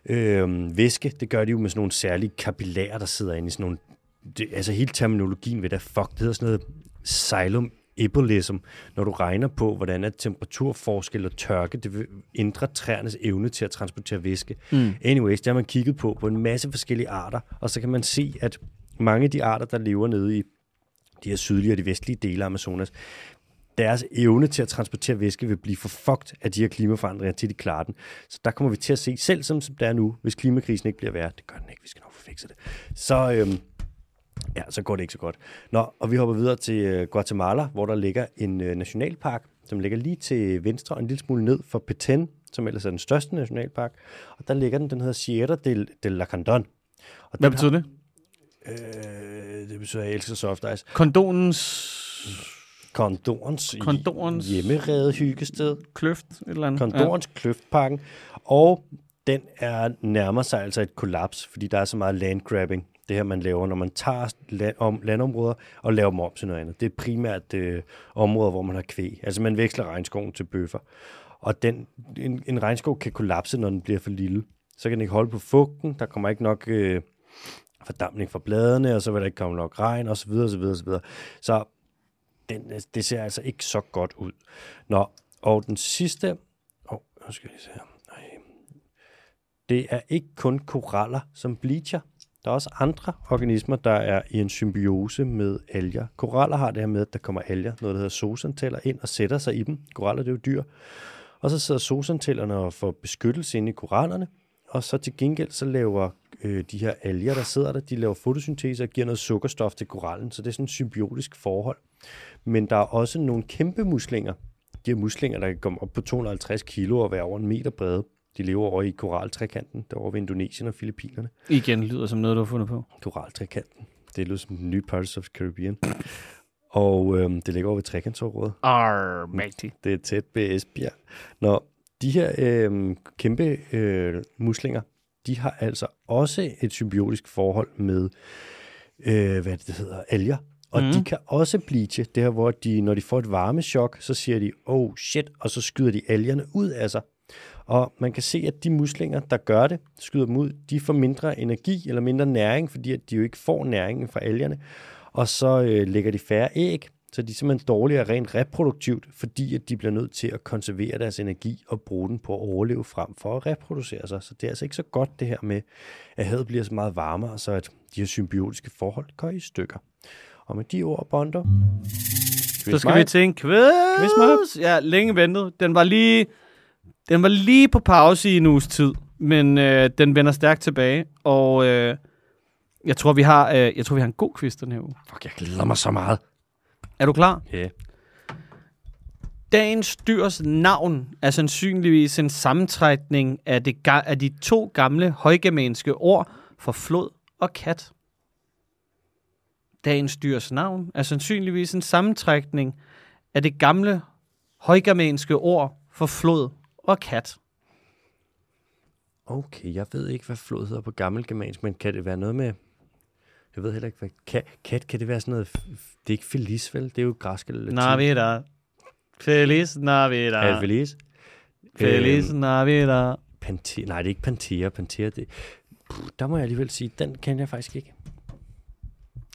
Speaker 1: øh, væske. Det gør de jo med sådan nogle særlige kapillærer, der sidder inde i sådan nogle... Det, altså hele terminologien ved det, er fuck, det hedder sådan noget xylem ebolism, når du regner på, hvordan at temperaturforskel og tørke, det vil ændre træernes evne til at transportere væske. Mm. Anyways, det har man kigget på på en masse forskellige arter, og så kan man se, at mange af de arter, der lever nede i de her sydlige og de vestlige dele af Amazonas, deres evne til at transportere væske vil blive for fucked af de her klimaforandringer, til de klarer den. Så der kommer vi til at se, selv som som det er nu, hvis klimakrisen ikke bliver værre, det gør den ikke, vi skal nok få fikset det, så, øhm, ja, så går det ikke så godt. Nå, og vi hopper videre til øh, Guatemala, hvor der ligger en øh, nationalpark, som ligger lige til venstre og en lille smule ned for Petén, som ellers er den største nationalpark, og der ligger den, den hedder Sierra del, del La Condon. Og
Speaker 2: Hvad
Speaker 1: den
Speaker 2: betyder det?
Speaker 1: har, øh, det betyder, at jeg elsker soft ice.
Speaker 2: Kondonens
Speaker 1: Kondorens,
Speaker 2: Kondorens-
Speaker 1: hjemmerede hyggested.
Speaker 2: kløft? Et eller andet.
Speaker 1: Kondorens ja. kløftpakken. Og den er nærmer sig altså et kollaps, fordi der er så meget landgrabbing. Det her, man laver, når man tager land, om, landområder og laver dem om til noget andet. Det er primært øh, områder, hvor man har kvæg. Altså man veksler regnskoven til bøffer. Og den, en, en regnskov kan kollapse, når den bliver for lille. Så kan den ikke holde på fugten, der kommer ikke nok øh, fordampning fra bladene, og så vil der ikke komme nok regn, osv. Så, videre, så, videre, så, videre. så den, det ser altså ikke så godt ud. Nå, og den sidste... Åh, oh, nu skal jeg lige se her. Nej. Det er ikke kun koraller, som bleacher. Der er også andre organismer, der er i en symbiose med alger. Koraller har det her med, at der kommer alger, noget der hedder zoosanteller, ind og sætter sig i dem. Koraller, det er jo dyr. Og så sidder zoosantellerne og får beskyttelse inde i korallerne, og så til gengæld så laver øh, de her alger, der sidder der, de laver fotosyntese og giver noget sukkerstof til korallen, så det er sådan et symbiotisk forhold. Men der er også nogle kæmpe muslinger, de her muslinger, der kan komme op på 250 kilo og være over en meter brede. De lever over i koraltrekanten, derovre ved Indonesien og Filippinerne.
Speaker 2: Igen lyder som noget, du har fundet på.
Speaker 1: Koraltrekanten, det lyder som den nye Pirates of the Caribbean. Og øhm, det ligger over ved trekantsområdet.
Speaker 2: Arr, mægtig.
Speaker 1: Det er tæt ved Esbjerg. Nå, de her øh, kæmpe øh, muslinger, de har altså også et symbiotisk forhold med, øh, hvad det hedder, alger. Og mm. de kan også bleache. Det her, hvor de, når de får et varmechok, så siger de, oh shit, og så skyder de algerne ud af sig. Og man kan se, at de muslinger, der gør det, skyder dem ud, de får mindre energi eller mindre næring, fordi at de jo ikke får næringen fra algerne. Og så øh, lægger de færre æg, så de er simpelthen dårligere rent reproduktivt, fordi at de bliver nødt til at konservere deres energi og bruge den på at overleve frem for at reproducere sig. Så det er altså ikke så godt det her med, at havet bliver så meget varmere, så at de her symbiotiske forhold går i stykker. Og med de ord, Bondo,
Speaker 2: Så skal vi til en quiz.
Speaker 1: Quiz mig.
Speaker 2: Ja, længe ventet. Den var lige, den var lige på pause i en uges tid, men øh, den vender stærkt tilbage, og øh, jeg, tror, vi har, øh, jeg tror, vi har en god quiz den her uge.
Speaker 1: Fuck, jeg glæder mig så meget.
Speaker 2: Er du klar?
Speaker 1: Ja. Yeah.
Speaker 2: Dagens dyrs navn er sandsynligvis en sammentrækning af, det, ga- af de to gamle højgermanske ord for flod og kat. Dagens dyrs navn er sandsynligvis en sammentrækning af det gamle højgermanske ord for flod og kat.
Speaker 1: Okay, jeg ved ikke, hvad flod hedder på gammelgermansk, men kan det være noget med... Jeg ved heller ikke, hvad... Kat, kat kan det være sådan noget... f- f- Det er ikke Feliz, vel? Det er jo græsk eller latin.
Speaker 2: Navidad. Feliz
Speaker 1: Er det
Speaker 2: Navidad.
Speaker 1: Feliz?
Speaker 2: Feliz
Speaker 1: Øhm,
Speaker 2: Navidad.
Speaker 1: Pante- nej, det er ikke Pantera. Pantera, det... Puh, der må jeg alligevel sige, den kan jeg faktisk ikke.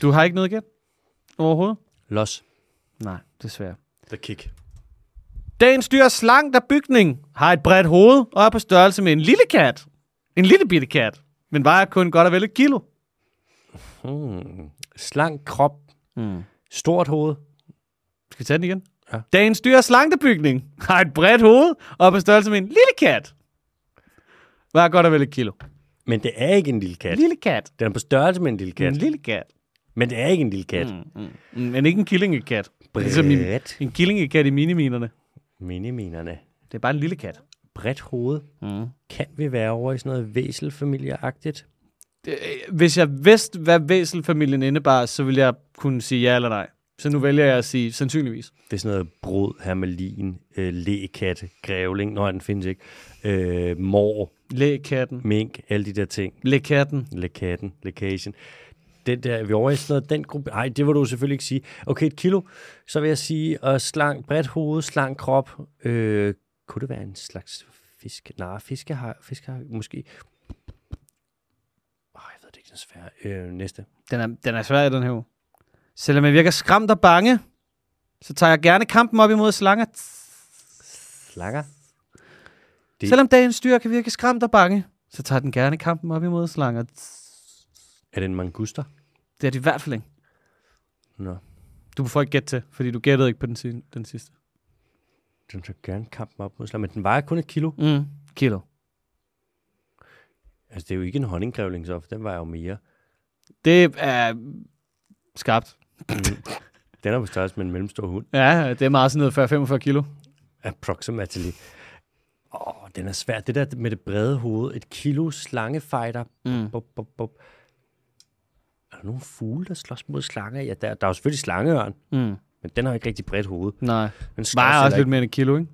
Speaker 2: Du har ikke noget gæt? Overhovedet?
Speaker 1: Los.
Speaker 2: Nej, desværre.
Speaker 1: The Kick.
Speaker 2: Dagens dyr er slankt af bygning, har et bredt hoved og er på størrelse med en lille kat. En lille bitte kat, men vejer kun godt og vel et kilo.
Speaker 1: Hmm. Slank krop.
Speaker 2: Mm.
Speaker 1: Stort hoved.
Speaker 2: Skal vi tage den igen?
Speaker 1: Ja.
Speaker 2: Dagens dyr er slankt af bygning, har et bredt hoved og er på størrelse med en lille kat. Vejer godt og vel et kilo.
Speaker 1: Men det er ikke en lille kat.
Speaker 2: Lille kat.
Speaker 1: Den er på størrelse med en lille kat.
Speaker 2: En lille kat.
Speaker 1: Men det er ikke en lille kat. Mm.
Speaker 2: Mm, mm. Men ikke en killingekat. Ligesom i,
Speaker 1: Bredt.
Speaker 2: en killingekat i miniminerne.
Speaker 1: Miniminerne.
Speaker 2: Det er bare en lille kat.
Speaker 1: Bredt hoved.
Speaker 2: Mm.
Speaker 1: Kan vi være over i sådan noget væselfamilieagtigt?
Speaker 2: øh, Hvis jeg vidste, hvad væselfamilien indebar, så ville jeg kunne sige ja eller nej. Så nu vælger jeg at sige sandsynligvis.
Speaker 1: Det er sådan noget brod, hermelin, øh, lækat, grævling. Nå, den findes ikke. Øh, mor,
Speaker 2: Lækatten.
Speaker 1: mink, alle de der ting.
Speaker 2: Lækatten.
Speaker 1: Lækatten, lækagen. Den der, er vi over i sådan noget, den gruppe... Nej, det vil du selvfølgelig ikke sige. Okay, et kilo, så vil jeg sige, og slank, bredt hoved, slank krop. Øh, kunne det være en slags fisk? Nej, fiske har, fiske har måske... Oh, jeg ved det ikke, desværre. Øh, næste.
Speaker 2: Den er, den er svær i den her uge. Selvom jeg virker skræmt og bange, så tager jeg gerne kampen op imod slanger.
Speaker 1: Slanger. Det-
Speaker 2: Det. Selvom dagens dyr kan virke skræmt og bange, så tager den gerne kampen op imod slanger.
Speaker 1: Er det en manguster?
Speaker 2: Det er det i hvert fald ikke.
Speaker 1: Nå.
Speaker 2: Du får ikke gætte til, fordi du gættede ikke på den, si- den sidste.
Speaker 1: Den tager gerne kampen op mod slanger, men den vejer kun et kilo.
Speaker 2: Mm. Kilo.
Speaker 1: Altså, det er jo ikke en honninggrævling, så for den vejer jo mere.
Speaker 2: Det er skarpt.
Speaker 1: Den er på størrelse med en mellemstor hund.
Speaker 2: Ja, det er meget sådan noget 40-45 kilo.
Speaker 1: Approximately. Åh, oh, den er svær. Det der med det brede hoved. Et kilo slangefighter.
Speaker 2: Mm.
Speaker 1: Bup, bup, bup. Er der nogle fugle, der slås mod slanger? Ja, der, der er jo selvfølgelig slangeøren,
Speaker 2: Mm.
Speaker 1: men den har ikke rigtig bredt hoved.
Speaker 2: Nej.
Speaker 1: Den slås
Speaker 2: Vejer også
Speaker 1: heller
Speaker 2: lidt
Speaker 1: ikke.
Speaker 2: mere end et kilo, ikke?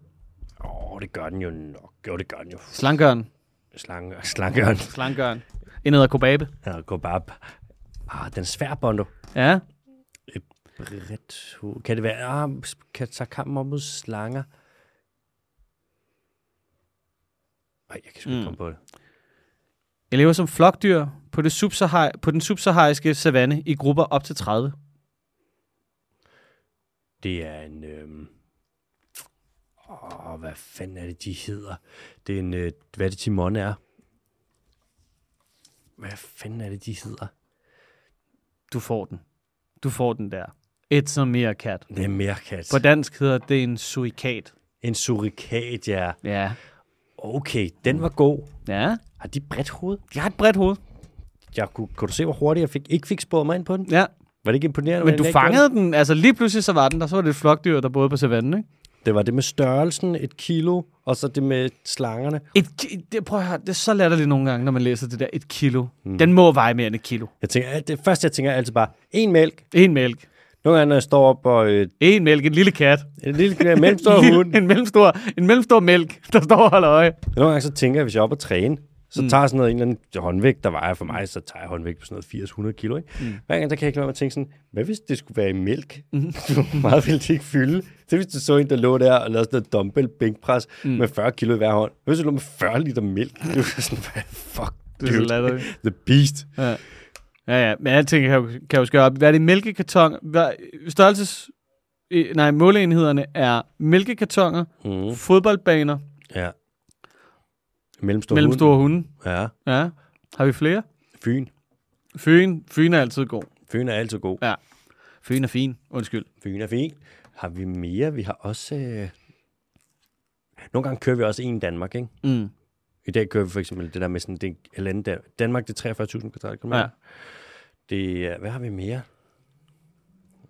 Speaker 1: Åh, oh, det gør den jo nok. Jo, det gør den jo.
Speaker 2: Slankøren.
Speaker 1: Slange, slangeøren.
Speaker 2: Slankøren. En hedder kobabe.
Speaker 1: Ja, gå bare. Ah, den er svær, Bondo.
Speaker 2: Ja.
Speaker 1: Bredt hoved. Kan det være? Ah, kan tage kampen op mod slanger? Nej, jeg kan sgu ikke
Speaker 2: Mm.
Speaker 1: komme på det.
Speaker 2: Jeg lever som flokdyr på, det subsahar- på den subsahariske savanne i grupper op til 30.
Speaker 1: Det er en... Øhm... Åh, hvad fanden er det, de hedder? Det er en... Øh... Hvad er det, Timon er? Hvad fanden er det, de hedder?
Speaker 2: Du får den. Du får den der. It's a meerkat.
Speaker 1: Det er Merkat.
Speaker 2: På dansk hedder det en suikat.
Speaker 1: En surikat, ja.
Speaker 2: Ja.
Speaker 1: Okay, den var god.
Speaker 2: Ja.
Speaker 1: Har de bredt hoved?
Speaker 2: Jeg har et bredt hoved.
Speaker 1: Jeg kunne, kunne du se, hvor hurtigt jeg fik, ikke fik sporet mig ind på den?
Speaker 2: Ja.
Speaker 1: Var det ikke imponerende?
Speaker 2: Men
Speaker 1: hvordan
Speaker 2: du
Speaker 1: jeg ikke gjorde
Speaker 2: fangede den. Altså lige pludselig så var den der. Så var det et flokdyr, der boede på savannen, ikke?
Speaker 1: det? Det var det med størrelsen, et kilo, og så det med slangerne.
Speaker 2: Et, ki- det, prøv at høre, det er så latterligt nogle gange, når man læser det der. Et kilo. Mm. Den må veje mere end et kilo.
Speaker 1: Jeg tænker, alt det første, jeg tænker er altid bare, en mælk.
Speaker 2: En mælk.
Speaker 1: Nogle gange, når jeg står op og øh,
Speaker 2: En mælk. En lille kat.
Speaker 1: en lille mellemstor
Speaker 2: Lille-
Speaker 1: hund,
Speaker 2: En mellemstor, en mellemstor mælk, der står og holder øje.
Speaker 1: Nogle gange så tænker jeg, hvis jeg er oppe og træne, så mm. tager jeg sådan noget, en eller anden håndvægt, der vejer for mig, så tager jeg håndvægt på sådan noget 80-100 kilo. Ikke? Mm. Hver gang, der kan jeg ikke lade mig at tænke sådan, hvad hvis det skulle være i mælk? Mm. Hvor meget ville det ikke fylde? Så hvis du så en, der lå der og lavede sådan noget dumbbell bænkpres mm. med 40 kilo i hver hånd. Hvad hvis du lå med 40 liter mælk? Det var sådan, hvad fuck,
Speaker 2: Det er så
Speaker 1: dude.
Speaker 2: latterligt.
Speaker 1: The beast.
Speaker 2: Ja. ja, ja. Men alting kan jo, kan jo skøre op. Hvad er det mælkekarton? Hvad, størrelses... i- Nej, måleenhederne er mælkekartoner,
Speaker 1: Mm.
Speaker 2: fodboldbaner,
Speaker 1: Ja. Mellemstor
Speaker 2: mellemstore hunde.
Speaker 1: Hund. Ja.
Speaker 2: Ja. Har vi flere?
Speaker 1: Fyn.
Speaker 2: Fyn. Fyn er altid god.
Speaker 1: Fyn er altid god.
Speaker 2: Ja. Fyn er fin. Undskyld.
Speaker 1: Fyn er fint. Har vi mere? Vi har også... Øh... Nogle gange kører vi også en i Danmark, ikke?
Speaker 2: Mm.
Speaker 1: I dag kører vi for eksempel det der med sådan, det er en eller anden Dan- Danmark, det er 43.000 kvadratkilometer.
Speaker 2: Ja.
Speaker 1: Ja. Det er, hvad har vi mere?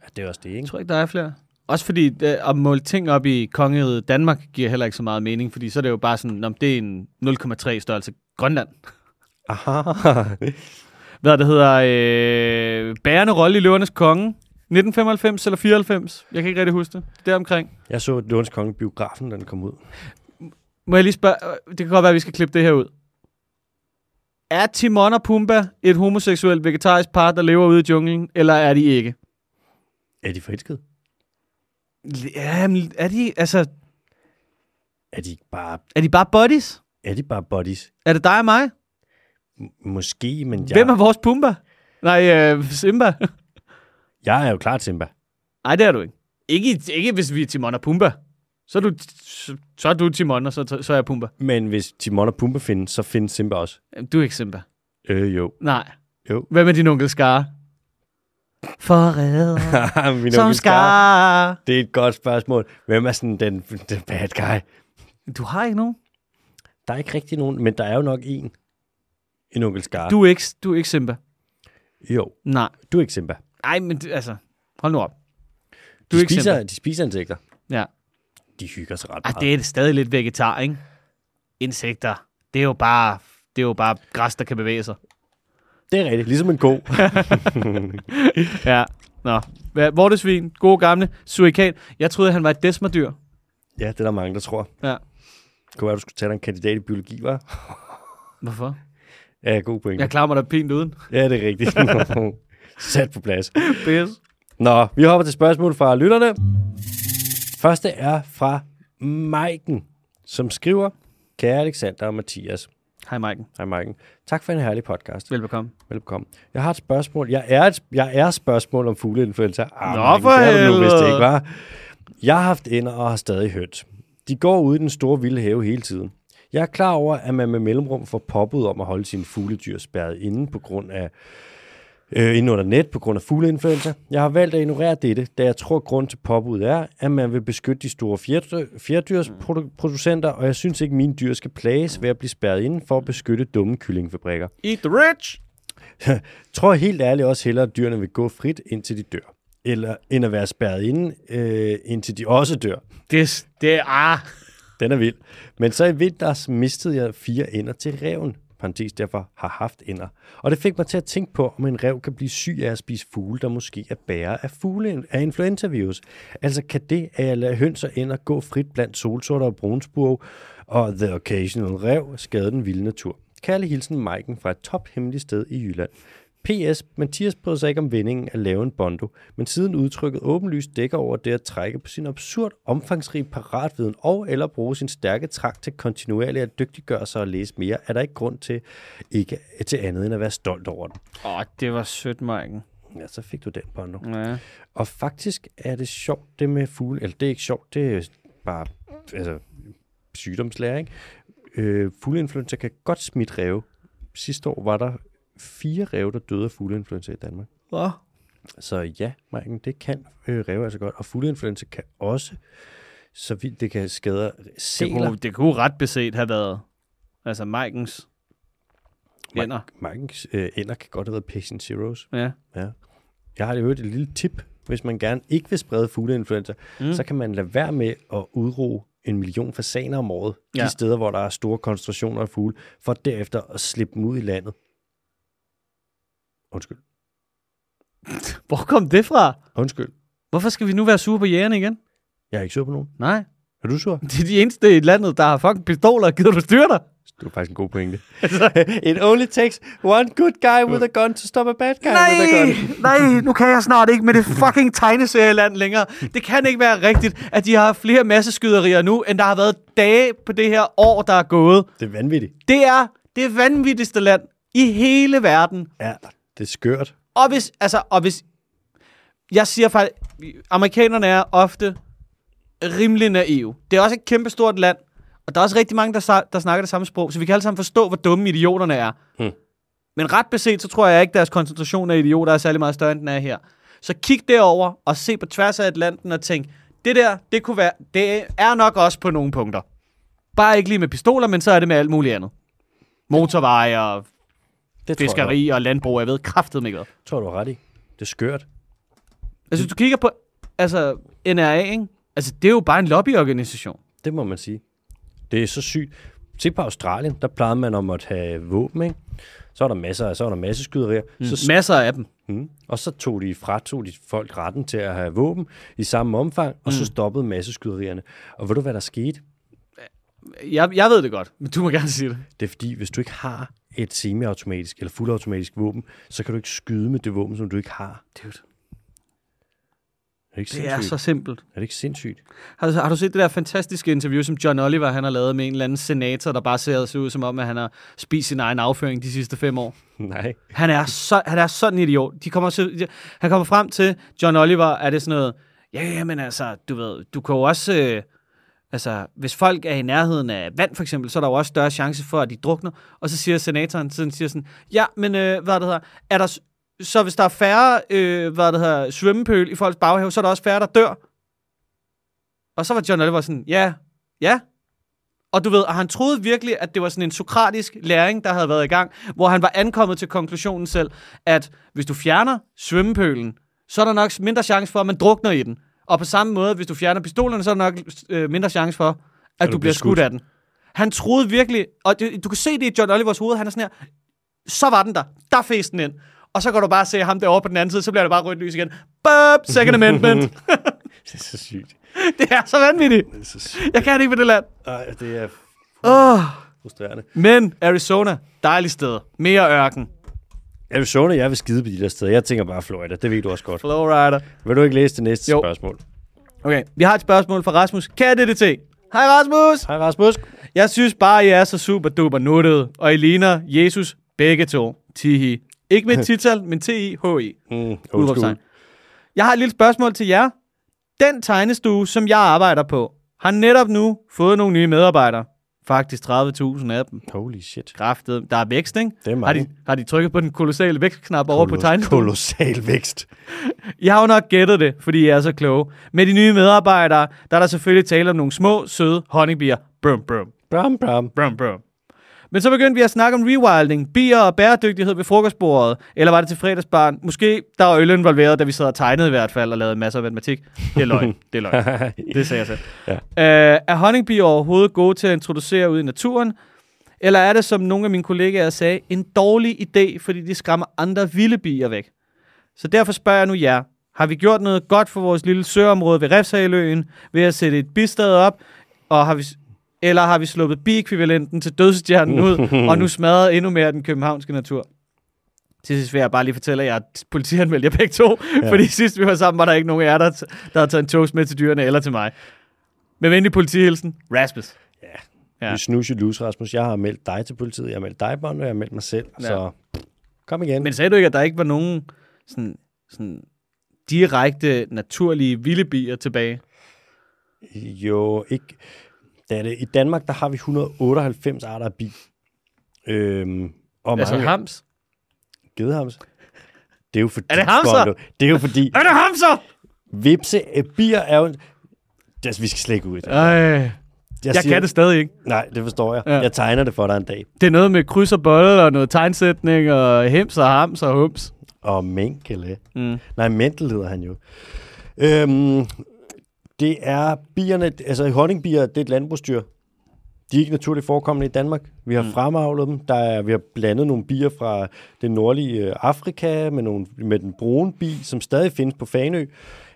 Speaker 1: Ja, det er også det,
Speaker 2: Jeg
Speaker 1: ikke?
Speaker 2: tror ikke, der er flere. Også fordi øh, at måle ting op i kongeriget Danmark giver heller ikke så meget mening, fordi så er det jo bare sådan, om det er en 0,3 størrelse Grønland.
Speaker 1: Aha.
Speaker 2: Hvad det hedder, øh, bærende rolle i Løvernes Konge, 1995 eller 94, jeg kan ikke rigtig huske det, deromkring.
Speaker 1: Jeg så Løvens Konge biografen, da den kom ud.
Speaker 2: Må jeg lige spørge, øh, det kan godt være, at vi skal klippe det her ud. Er Timon og Pumba et homoseksuelt vegetarisk par, der lever ude i junglen, eller er de ikke?
Speaker 1: Er de forelskede?
Speaker 2: Jamen, er de, altså,
Speaker 1: Er de bare,
Speaker 2: er de bare buddies?
Speaker 1: er de bare buddies?
Speaker 2: Er det dig og mig?
Speaker 1: M- måske, men
Speaker 2: Ja.
Speaker 1: jeg,
Speaker 2: Hvem er vores Pumba? Nej, øh, Simba.
Speaker 1: jeg er jo klar, Simba.
Speaker 2: Nej, det er du ikke. ikke. Ikke hvis vi er Timon og Pumba. Så er du, så, så er du Timon, og så, så er jeg Pumba.
Speaker 1: Men hvis Timon og Pumba findes, så findes Simba også.
Speaker 2: Jamen, Du er ikke Simba.
Speaker 1: Øh, jo.
Speaker 2: Nej.
Speaker 1: Jo.
Speaker 2: Hvem er din onkel Skar? Forræder.
Speaker 1: Min
Speaker 2: Som
Speaker 1: onkel Scar.
Speaker 2: Skar.
Speaker 1: Det er et godt spørgsmål. Hvem er sådan den, den bad guy?
Speaker 2: Du har ikke nogen.
Speaker 1: Der er ikke rigtig nogen, men der er jo nok en. En onkel Scar.
Speaker 2: Du er ikke, du er ikke Simba.
Speaker 1: Jo,
Speaker 2: Nej.
Speaker 1: du er ikke Simba.
Speaker 2: Ej, men det, altså, hold nu op. Du
Speaker 1: Du
Speaker 2: er
Speaker 1: de,
Speaker 2: ikke
Speaker 1: spiser,
Speaker 2: Simba.
Speaker 1: de spiser insekter.
Speaker 2: Ja.
Speaker 1: De hygger sig ret
Speaker 2: Ej,
Speaker 1: meget.
Speaker 2: det er stadig lidt vegetar, ikke? Insekter. Det er jo bare, det er jo bare græs, der kan bevæge sig.
Speaker 1: det er rigtigt. Ligesom en ko.
Speaker 2: Ja. Nå. Hvad- Vortesvin, gode gamle, surikat. Jeg troede, han var et desmerdyr.
Speaker 1: ja, det er der mange, der tror.
Speaker 2: Ja.
Speaker 1: Det kunne være, du skulle tage dig en kandidat i biologi, var?
Speaker 2: Hvorfor?
Speaker 1: Ja, god pointe.
Speaker 2: Jeg klarer mig da pænt uden.
Speaker 1: Ja, det er rigtigt. Sat på plads.
Speaker 2: Pisse.
Speaker 1: Nå, vi hopper til spørgsmål fra lytterne. Første er fra Maiken, som skriver, Kære Alexander og Mathias.
Speaker 2: Hej, Maiken.
Speaker 1: Hej Maiken. Tak for en herlig podcast.
Speaker 2: Velbekomme.
Speaker 1: Velkommen. Jeg har et spørgsmål. Jeg er et, jeg er et spørgsmål om fugleinfluenza. Ah,
Speaker 2: Nå,
Speaker 1: Martin,
Speaker 2: for
Speaker 1: det er du nu, hvis det
Speaker 2: helvede.
Speaker 1: ikke var. Jeg har haft ender og har stadig høns. De går ude i den store vilde have hele tiden. Jeg er klar over, at man med mellemrum får påbud om at holde sine fugledyr spærret inde på grund af øh, inde under net på grund af fugleinfluenza. Jeg har valgt at ignorere dette, da jeg tror, at grunden til påbuddet er, at man vil beskytte de store fjerdy- fjerdyrsproducenter, og jeg synes ikke, at mine dyr skal plages ved at blive spærret inde for at beskytte dumme kyllingfabrikker.
Speaker 2: Eat the rich!
Speaker 1: Tror helt ærligt også hellere, at dyrene vil gå frit, indtil de dør. Eller end at være spærret inde, øh, indtil de også dør.
Speaker 2: Det, det er... Ah.
Speaker 1: Den er vild. Men så i vinters mistede jeg fire ender til reven. Parenthes derfor har haft ender. Og det fik mig til at tænke på, om en rev kan blive syg af at spise fugle, der måske er bærer af, fugle, af influenzavirus. Altså kan det, at jeg lader høns og ender gå frit blandt solsorter og brunspurve og the occasional rev, skade den vilde natur? Kærlig hilsen Maiken fra et tophemmeligt sted i Jylland. PS. Mathias prøvede sig ikke om vendingen at lave en bondo, men siden udtrykket åbenlyst dækker over det at trække på sin absurd omfangsrige paratviden og eller bruge sin stærke trang til kontinuerligt at dygtiggøre sig og læse mere, er der ikke grund til, ikke, til andet end at være stolt over den.
Speaker 2: Åh, oh, det var sødt, Marken.
Speaker 1: Ja, så fik du den bondo.
Speaker 2: Ja.
Speaker 1: Og faktisk er det sjovt, det med fugle. Eller det er ikke sjovt, det er bare altså, sygdomslære, ikke? Øh, fugleinfluenza kan godt smitte ræve. Sidste år var der fire ræve, der døde af fugleinfluenza i Danmark.
Speaker 2: Hvor?
Speaker 1: Så ja, Marken, det kan øh, ræve altså godt. Og fugleinfluenza kan også, så vidt det kan skade
Speaker 2: Det
Speaker 1: sæler.
Speaker 2: kunne, det kunne ret beset have været altså Markens hænder.
Speaker 1: Marken, øh, ender kan godt have været patient zeros.
Speaker 2: Ja.
Speaker 1: Ja. Jeg har lige hørt et lille tip. Hvis man gerne ikke vil sprede fugleinfluenza, mm. så kan man lade være med at udro en million fasaner om året, ja.
Speaker 2: Ja.
Speaker 1: de steder, hvor der er store koncentrationer af fugle, for derefter at slippe dem ud i landet. Undskyld.
Speaker 2: Hvor kom det fra?
Speaker 1: Undskyld.
Speaker 2: Hvorfor skal vi nu være sure på jægerne igen?
Speaker 1: Jeg er ikke sur på nogen.
Speaker 2: Nej.
Speaker 1: Er du sur?
Speaker 2: Det er de eneste i landet, der har fucking pistoler. Gider du styre dig?
Speaker 1: Det var faktisk en god pointe. Altså, It only takes one good guy with a gun to stop a bad guy with a gun.
Speaker 2: nej, nu kan jeg snart ikke med det fucking tegneserieland længere. Det kan ikke være rigtigt, at de har flere masseskyderier nu, end der har været dage på det her år, der er gået.
Speaker 1: Det er vanvittigt.
Speaker 2: Det er det vanvittigste land i hele verden.
Speaker 1: Ja, det er skørt.
Speaker 2: Og hvis, altså, og hvis, jeg siger faktisk, amerikanerne er ofte rimelig naive. Det er også et kæmpestort land, og der er også rigtig mange, der, sa- der snakker det samme sprog, så vi kan alle sammen forstå, hvor dumme idioterne er.
Speaker 1: Hmm.
Speaker 2: Men ret beset, så tror jeg ikke, deres koncentration af idioter er særlig meget større, end den er her. Så kig derover og se på tværs af Atlanten og tænk, det der, det kunne være, det er nok også på nogle punkter. Bare ikke lige med pistoler, men så er det med alt muligt andet. Motorveje og
Speaker 1: Det Tror jeg,
Speaker 2: fiskeri og landbrug, jeg ved kraftet ikke hvad.
Speaker 1: du- tror du har ret i. Det er skørt.
Speaker 2: Altså, hvis du kigger på altså, NRA, ikke? Altså, det er jo bare en lobbyorganisation.
Speaker 1: Det må man sige. Det er så sygt. Se på Australien, der plejede man om at have våben, ikke? Så er der masser af, så er der masse skyderier. Mm. Så,
Speaker 2: Masser af dem.
Speaker 1: mm, og så tog de fratog de folk retten til at have våben i samme omfang, og så stoppede masseskyderierne. Og ved du, hvad der skete?
Speaker 2: Jeg, jeg ved det godt, men du må gerne sige det.
Speaker 1: Det er fordi, hvis du ikke har et semiautomatisk eller fuldautomatisk våben, så kan du ikke skyde med det våben, som du ikke har.
Speaker 2: Dude,
Speaker 1: Er det ikke
Speaker 2: det er
Speaker 1: sindssygt?
Speaker 2: så simpelt.
Speaker 1: er det ikke sindssygt?
Speaker 2: Har du, har du set det der fantastiske interview, som John Oliver han har lavet med en eller anden senator, der bare ser sig ud som om, at han har spist sin egen afføring de sidste fem år?
Speaker 1: Nej.
Speaker 2: Han er, så, han er sådan en idiot. De kommer, til- han kommer frem til, John Oliver, er det sådan noget, ja, ja, men altså, du ved, du kan jo også, øh, altså, hvis folk er i nærheden af vand, for eksempel, så er der jo også større chance for, at de drukner. Og så siger senatoren, sådan siger sådan, ja, men øh, hvad det hedder, er der, s- så hvis der er færre, øh, hvad det hedder, svømmepøl i folks baghave, så er der også færre, der dør. Og så var John Oliver sådan, ja, ja, og du ved, og han troede virkelig, at det var sådan en sokratisk læring, der havde været i gang, hvor han var ankommet til konklusionen selv, at hvis du fjerner svømmepølen, så er der nok mindre chance for, at man drukner i den. Og på samme måde, hvis du fjerner pistolerne, så er der nok øh, mindre chance for, at du bliver skudt af den. Han troede virkelig, og det, du kan se det i John Olivers hoved, han er sådan her, så var den der, der fæste den ind. Og så kan du bare se ham derovre på den anden side, så bliver det bare rødt lys igen. Bop, second amendment.
Speaker 1: Det er så sygt.
Speaker 2: det er så vanvittigt.
Speaker 1: Det er så sygt.
Speaker 2: Jeg kan det ikke med det land.
Speaker 1: Ej, det er
Speaker 2: Åh. Oh.
Speaker 1: frustrerende.
Speaker 2: Men Arizona, dejligt sted. Mere ørken.
Speaker 1: Arizona, jeg vil skide på de der steder. Jeg tænker bare Florida. Det ved du også godt.
Speaker 2: Flowrider.
Speaker 1: Vil du ikke læse det næste
Speaker 2: Jo.
Speaker 1: jo. spørgsmål?
Speaker 2: Okay, vi har et spørgsmål fra Rasmus. Kære DDT. Hej Rasmus.
Speaker 1: Hej Rasmus.
Speaker 2: Jeg synes bare, I er så super duper nuttede, og I ligner Jesus begge to. Tihi. Ikke med et tital, men T-I-H-I.
Speaker 1: Mm,
Speaker 2: Udråbstegn. Jeg har et lille spørgsmål til jer. Den tegnestue, som jeg arbejder på, har netop nu fået nogle nye medarbejdere. Faktisk 30.000 af dem.
Speaker 1: Holy shit.
Speaker 2: Kræftet. Der er vækst, ikke?
Speaker 1: Det er
Speaker 2: Har
Speaker 1: mange.
Speaker 2: de, har de trykket på den kolossale vækstknap over på tegnestuen?
Speaker 1: Kolossal vækst.
Speaker 2: Jeg har jo nok gættet det, fordi jeg er så kloge. Med de nye medarbejdere, der er der selvfølgelig tale om nogle små, søde honningbier. Brum, brum,
Speaker 1: Bram, bram.
Speaker 2: brum, brum. Men så begyndte vi at snakke om rewilding, bier og bæredygtighed ved frokostbordet. Eller var det til fredagsbarn? Måske der var øl involveret, da vi sad og tegnede i hvert fald og lavede masser af matematik. Det er løgn. Det er løgn. Det sagde jeg selv. Ja. Øh, er honningbier overhovedet gode til at introducere ud i naturen? Eller er det, som nogle af mine kollegaer sagde, en dårlig idé, fordi de skræmmer andre vilde bier væk? Så derfor spørger jeg nu jer. Har vi gjort noget godt for vores lille søområde ved Refshaløen ved at sætte et bistad op? Og har vi, s- eller har vi sluppet biekvivalenten til dødstjernen ud, og nu smadret endnu mere af den københavnske natur? Til sidst vil jeg bare lige fortælle, at jeg er politianmeldt jer begge to, ja. fordi sidst vi var sammen, var der ikke nogen af jer, der, der havde taget en toast med til dyrene eller til mig. Med venlig politihilsen, Rasmus.
Speaker 1: Ja.
Speaker 2: Ja.
Speaker 1: You snooze, you lose, Rasmus. Jeg har meldt dig til politiet, jeg har meldt dig, Bondo, jeg har meldt mig selv. Ja.
Speaker 2: Ja.
Speaker 1: Så kom igen.
Speaker 2: Men sagde du ikke, at der ikke var nogen sådan, sådan direkte, naturlige vilde bier tilbage?
Speaker 1: Jo, ikke. Det er det. I Danmark, der har vi 198 arter af bi. Øhm, og
Speaker 2: altså
Speaker 1: mange
Speaker 2: hams?
Speaker 1: gedehams. Det er jo fordi,
Speaker 2: Er det Øh, hamster?
Speaker 1: Bondo, det er jo fordi,
Speaker 2: Er det hamser?
Speaker 1: vipse, øh, bier er jo... Altså, vi skal slet ikke ud i det.
Speaker 2: Ej, jeg
Speaker 1: siger-
Speaker 2: kan det stadig ikke.
Speaker 1: Nej, det forstår jeg. Ja.
Speaker 2: Ja.
Speaker 1: Jeg tegner det for dig en dag.
Speaker 2: Det er noget med kryds og bolle og noget tegnsætning og hems og hams og hums.
Speaker 1: Og minkele.
Speaker 2: Mm.
Speaker 1: Nej, Mendel hedder han jo. Øhm, det er bierne, altså honningbier, det er et landbrugsdyr. De er ikke naturligt forekommende i Danmark. Vi har mm. fremavlet dem. Der er, vi har blandet nogle bier fra det nordlige øh, Afrika med, nogle, med den brune bi, som stadig findes på Fanø.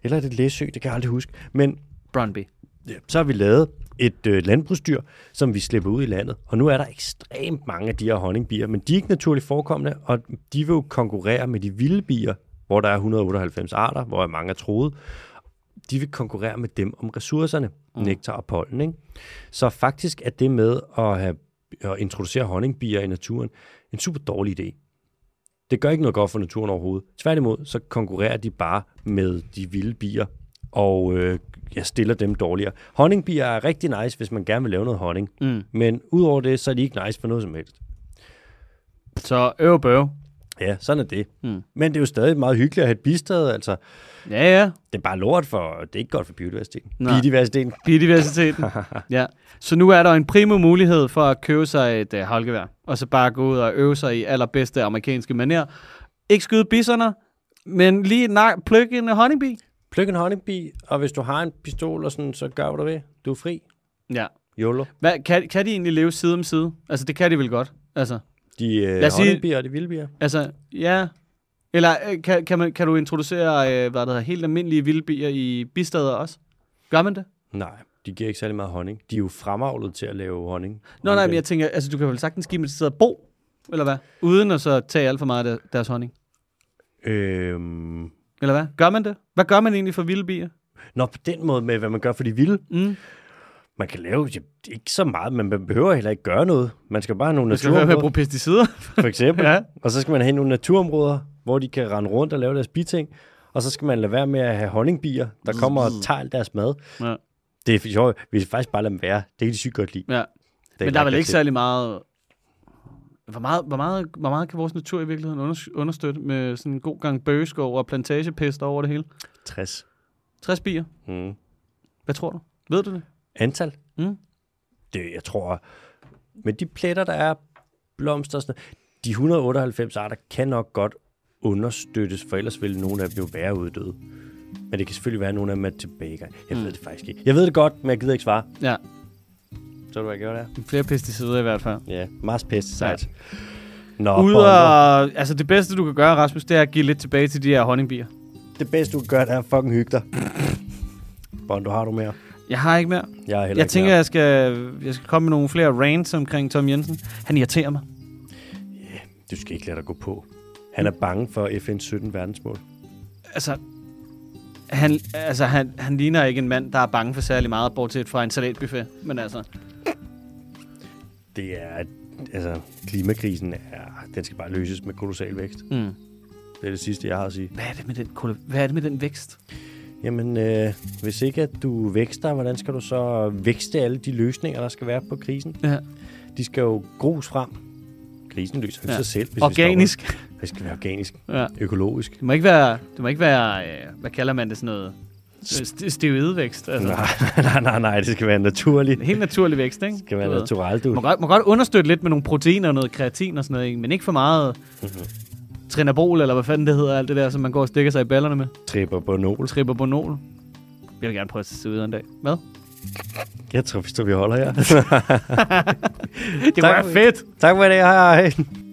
Speaker 1: Eller er det Læsø, det kan jeg aldrig huske. Men
Speaker 2: Brøndby.
Speaker 1: Ja, så har vi lavet et øh, landbrugsdyr, som vi slipper ud i landet. Og nu er der ekstremt mange af de her honningbier, men de er ikke naturligt forekommende, og de vil jo konkurrere med de vilde bier, hvor der er 198 arter, hvor mange er troet. De vil konkurrere med dem om ressourcerne, mm. nektar og pollen. Ikke? Så faktisk er det med at, have, at introducere honningbier i naturen en super dårlig idé. Det gør ikke noget godt for naturen overhovedet. Tværtimod, så konkurrerer de bare med de vilde bier, og øh, jeg stiller dem dårligere. Honningbier er rigtig nice, hvis man gerne vil lave noget honning.
Speaker 2: Mm.
Speaker 1: Men udover det, så er de ikke nice for noget som helst.
Speaker 2: Så øv bøv.
Speaker 1: Ja, sådan er det.
Speaker 2: Mm.
Speaker 1: Men det er jo stadig meget hyggeligt at have et bistad, altså.
Speaker 2: Ja, ja.
Speaker 1: Det er bare lort for, det er ikke godt for biodiversiteten.
Speaker 2: Nej.
Speaker 1: Biodiversiteten.
Speaker 2: Biodiversiteten. ja. Så nu er der en primo mulighed for at købe sig et øh, holdgevær, og så bare gå ud og øve sig i allerbedste amerikanske manér. Ikke skyde bisserne, men lige nej, plukke en honningbi.
Speaker 1: Pluk en honningbi, og hvis du har en pistol og sådan, så gør hvad du ved. Du er fri.
Speaker 2: Ja.
Speaker 1: YOLO.
Speaker 2: Hvad, kan, kan de egentlig leve side om side? Altså, det kan de vel godt. Altså,
Speaker 1: De øh,
Speaker 2: os sige-
Speaker 1: honningbier og de vilde bier.
Speaker 2: altså ja. Eller øh, kan, kan, man, kan du introducere, øh, hvad der hedder, helt almindelige vildbier i bistader også? Gør man det?
Speaker 1: Nej, de giver ikke særlig meget honning. De er jo fremavlet til at lave honning.
Speaker 2: Nå nej, men jeg tænker, altså du kan vel sagtens give dem et sted at bo, eller hvad? Uden at så tage alt for meget af der- deres honning.
Speaker 1: Øhm...
Speaker 2: Eller hvad? Gør man det? Hvad gør man egentlig for vilde bier?
Speaker 1: Nå, på den måde med, hvad man gør for de vilde.
Speaker 2: Mm.
Speaker 1: Man kan lave ja, ikke så meget, men man behøver heller ikke gøre noget. Man skal bare have nogle
Speaker 2: Man skal være med at
Speaker 1: naturområder,
Speaker 2: bruge pesticider.
Speaker 1: for eksempel.
Speaker 2: Ja.
Speaker 1: Og så skal man have nogle naturområder, hvor de kan rende rundt og lave deres biting. Og så skal man lade være med at have honningbier, der kommer og tager al deres mad.
Speaker 2: Mm. ja.
Speaker 1: Det er sjovt. Vi skal faktisk bare lade dem være. Det kan de sygt godt lide.
Speaker 2: ja.
Speaker 1: Det
Speaker 2: Men der er vel
Speaker 1: langt
Speaker 2: ikke
Speaker 1: til.
Speaker 2: særlig meget... Hvor meget, hvor, meget, hvor meget kan vores natur i virkeligheden under, understøtte med sådan en god gang bøgeskov og plantagepest over det hele?
Speaker 1: 60.
Speaker 2: 60 bier.
Speaker 1: Mm.
Speaker 2: Hvad tror du? Ved du det?
Speaker 1: Antal?
Speaker 2: Mm.
Speaker 1: Det, jeg tror... Men de pletter, der er blomster og sådan noget, de 198 arter kan nok godt understøttes, for ellers ville nogle af dem jo være uddøde. Men det kan selvfølgelig være, at nogle af dem er tilbage. i gang. Jeg mm. ved det faktisk ikke. Jeg ved det godt, men jeg gider ikke svare.
Speaker 2: Ja,
Speaker 1: Så du, hvad jeg gjorde der?
Speaker 2: flere pesticider i hvert fald.
Speaker 1: Ja, Mars Pesticides. Nå,
Speaker 2: Ud
Speaker 1: Bonner,
Speaker 2: og, altså det bedste, du kan gøre, Rasmus, det er at give lidt tilbage til de her honningbier.
Speaker 1: det bedste, du kan gøre, det er at fucking hygge dig. Bondo, har du mere?
Speaker 2: Jeg har ikke mere.
Speaker 1: Jeg, har heller
Speaker 2: Jeg
Speaker 1: ikke
Speaker 2: tænker,
Speaker 1: mere.
Speaker 2: jeg skal, jeg skal komme med nogle flere rants omkring Tom Jensen. Han irriterer mig.
Speaker 1: Du skal ikke lade dig gå på. Han er bange for FN's 17 verdensmål.
Speaker 2: Altså, han, altså han, han ligner ikke en mand, der er bange for særlig meget, bortset fra en salatbuffet. Men altså,
Speaker 1: Det er, altså, klimakrisen er, den skal bare løses med kolossal vækst.
Speaker 2: mm.
Speaker 1: Det er det sidste, jeg har at sige.
Speaker 2: hvad, er det med den, kol- hvad er det med den vækst?
Speaker 1: Jamen, øh, hvis ikke at du vækster, hvordan skal du så vækste alle de løsninger, der skal være på krisen?
Speaker 2: Ja.
Speaker 1: De skal jo gros frem. Krisen løser ja.
Speaker 2: Ja.
Speaker 1: sig selv. Hvis
Speaker 2: Organisk.
Speaker 1: Vi stopper den. det skal være organisk.
Speaker 2: Ja.
Speaker 1: Økologisk.
Speaker 2: Det må ikke være, det må ikke være øh, hvad kalder man det, sådan noget st- stivedevækst. Altså.
Speaker 1: Nej, nej, nej, nej, det skal være naturligt.
Speaker 2: En helt naturlig vækst, ikke?
Speaker 1: Det skal være
Speaker 2: Du ved.
Speaker 1: naturligt, du.
Speaker 2: Må godt, må godt understøtte lidt med nogle proteiner og noget kreatin og sådan noget, ikke? men ikke for meget
Speaker 1: Mhm.
Speaker 2: trinabol, eller hvad fanden det hedder, alt det der, som man går og stikker sig i ballerne med.
Speaker 1: Tripper på nol.
Speaker 2: Tribobonol. Jeg vil gerne prøve at se ud en dag. Hvad?
Speaker 1: Jeg tror, vi står, vi holder her.
Speaker 2: Det
Speaker 1: Tak.
Speaker 2: var fedt!
Speaker 1: tak for det. Hej, hej.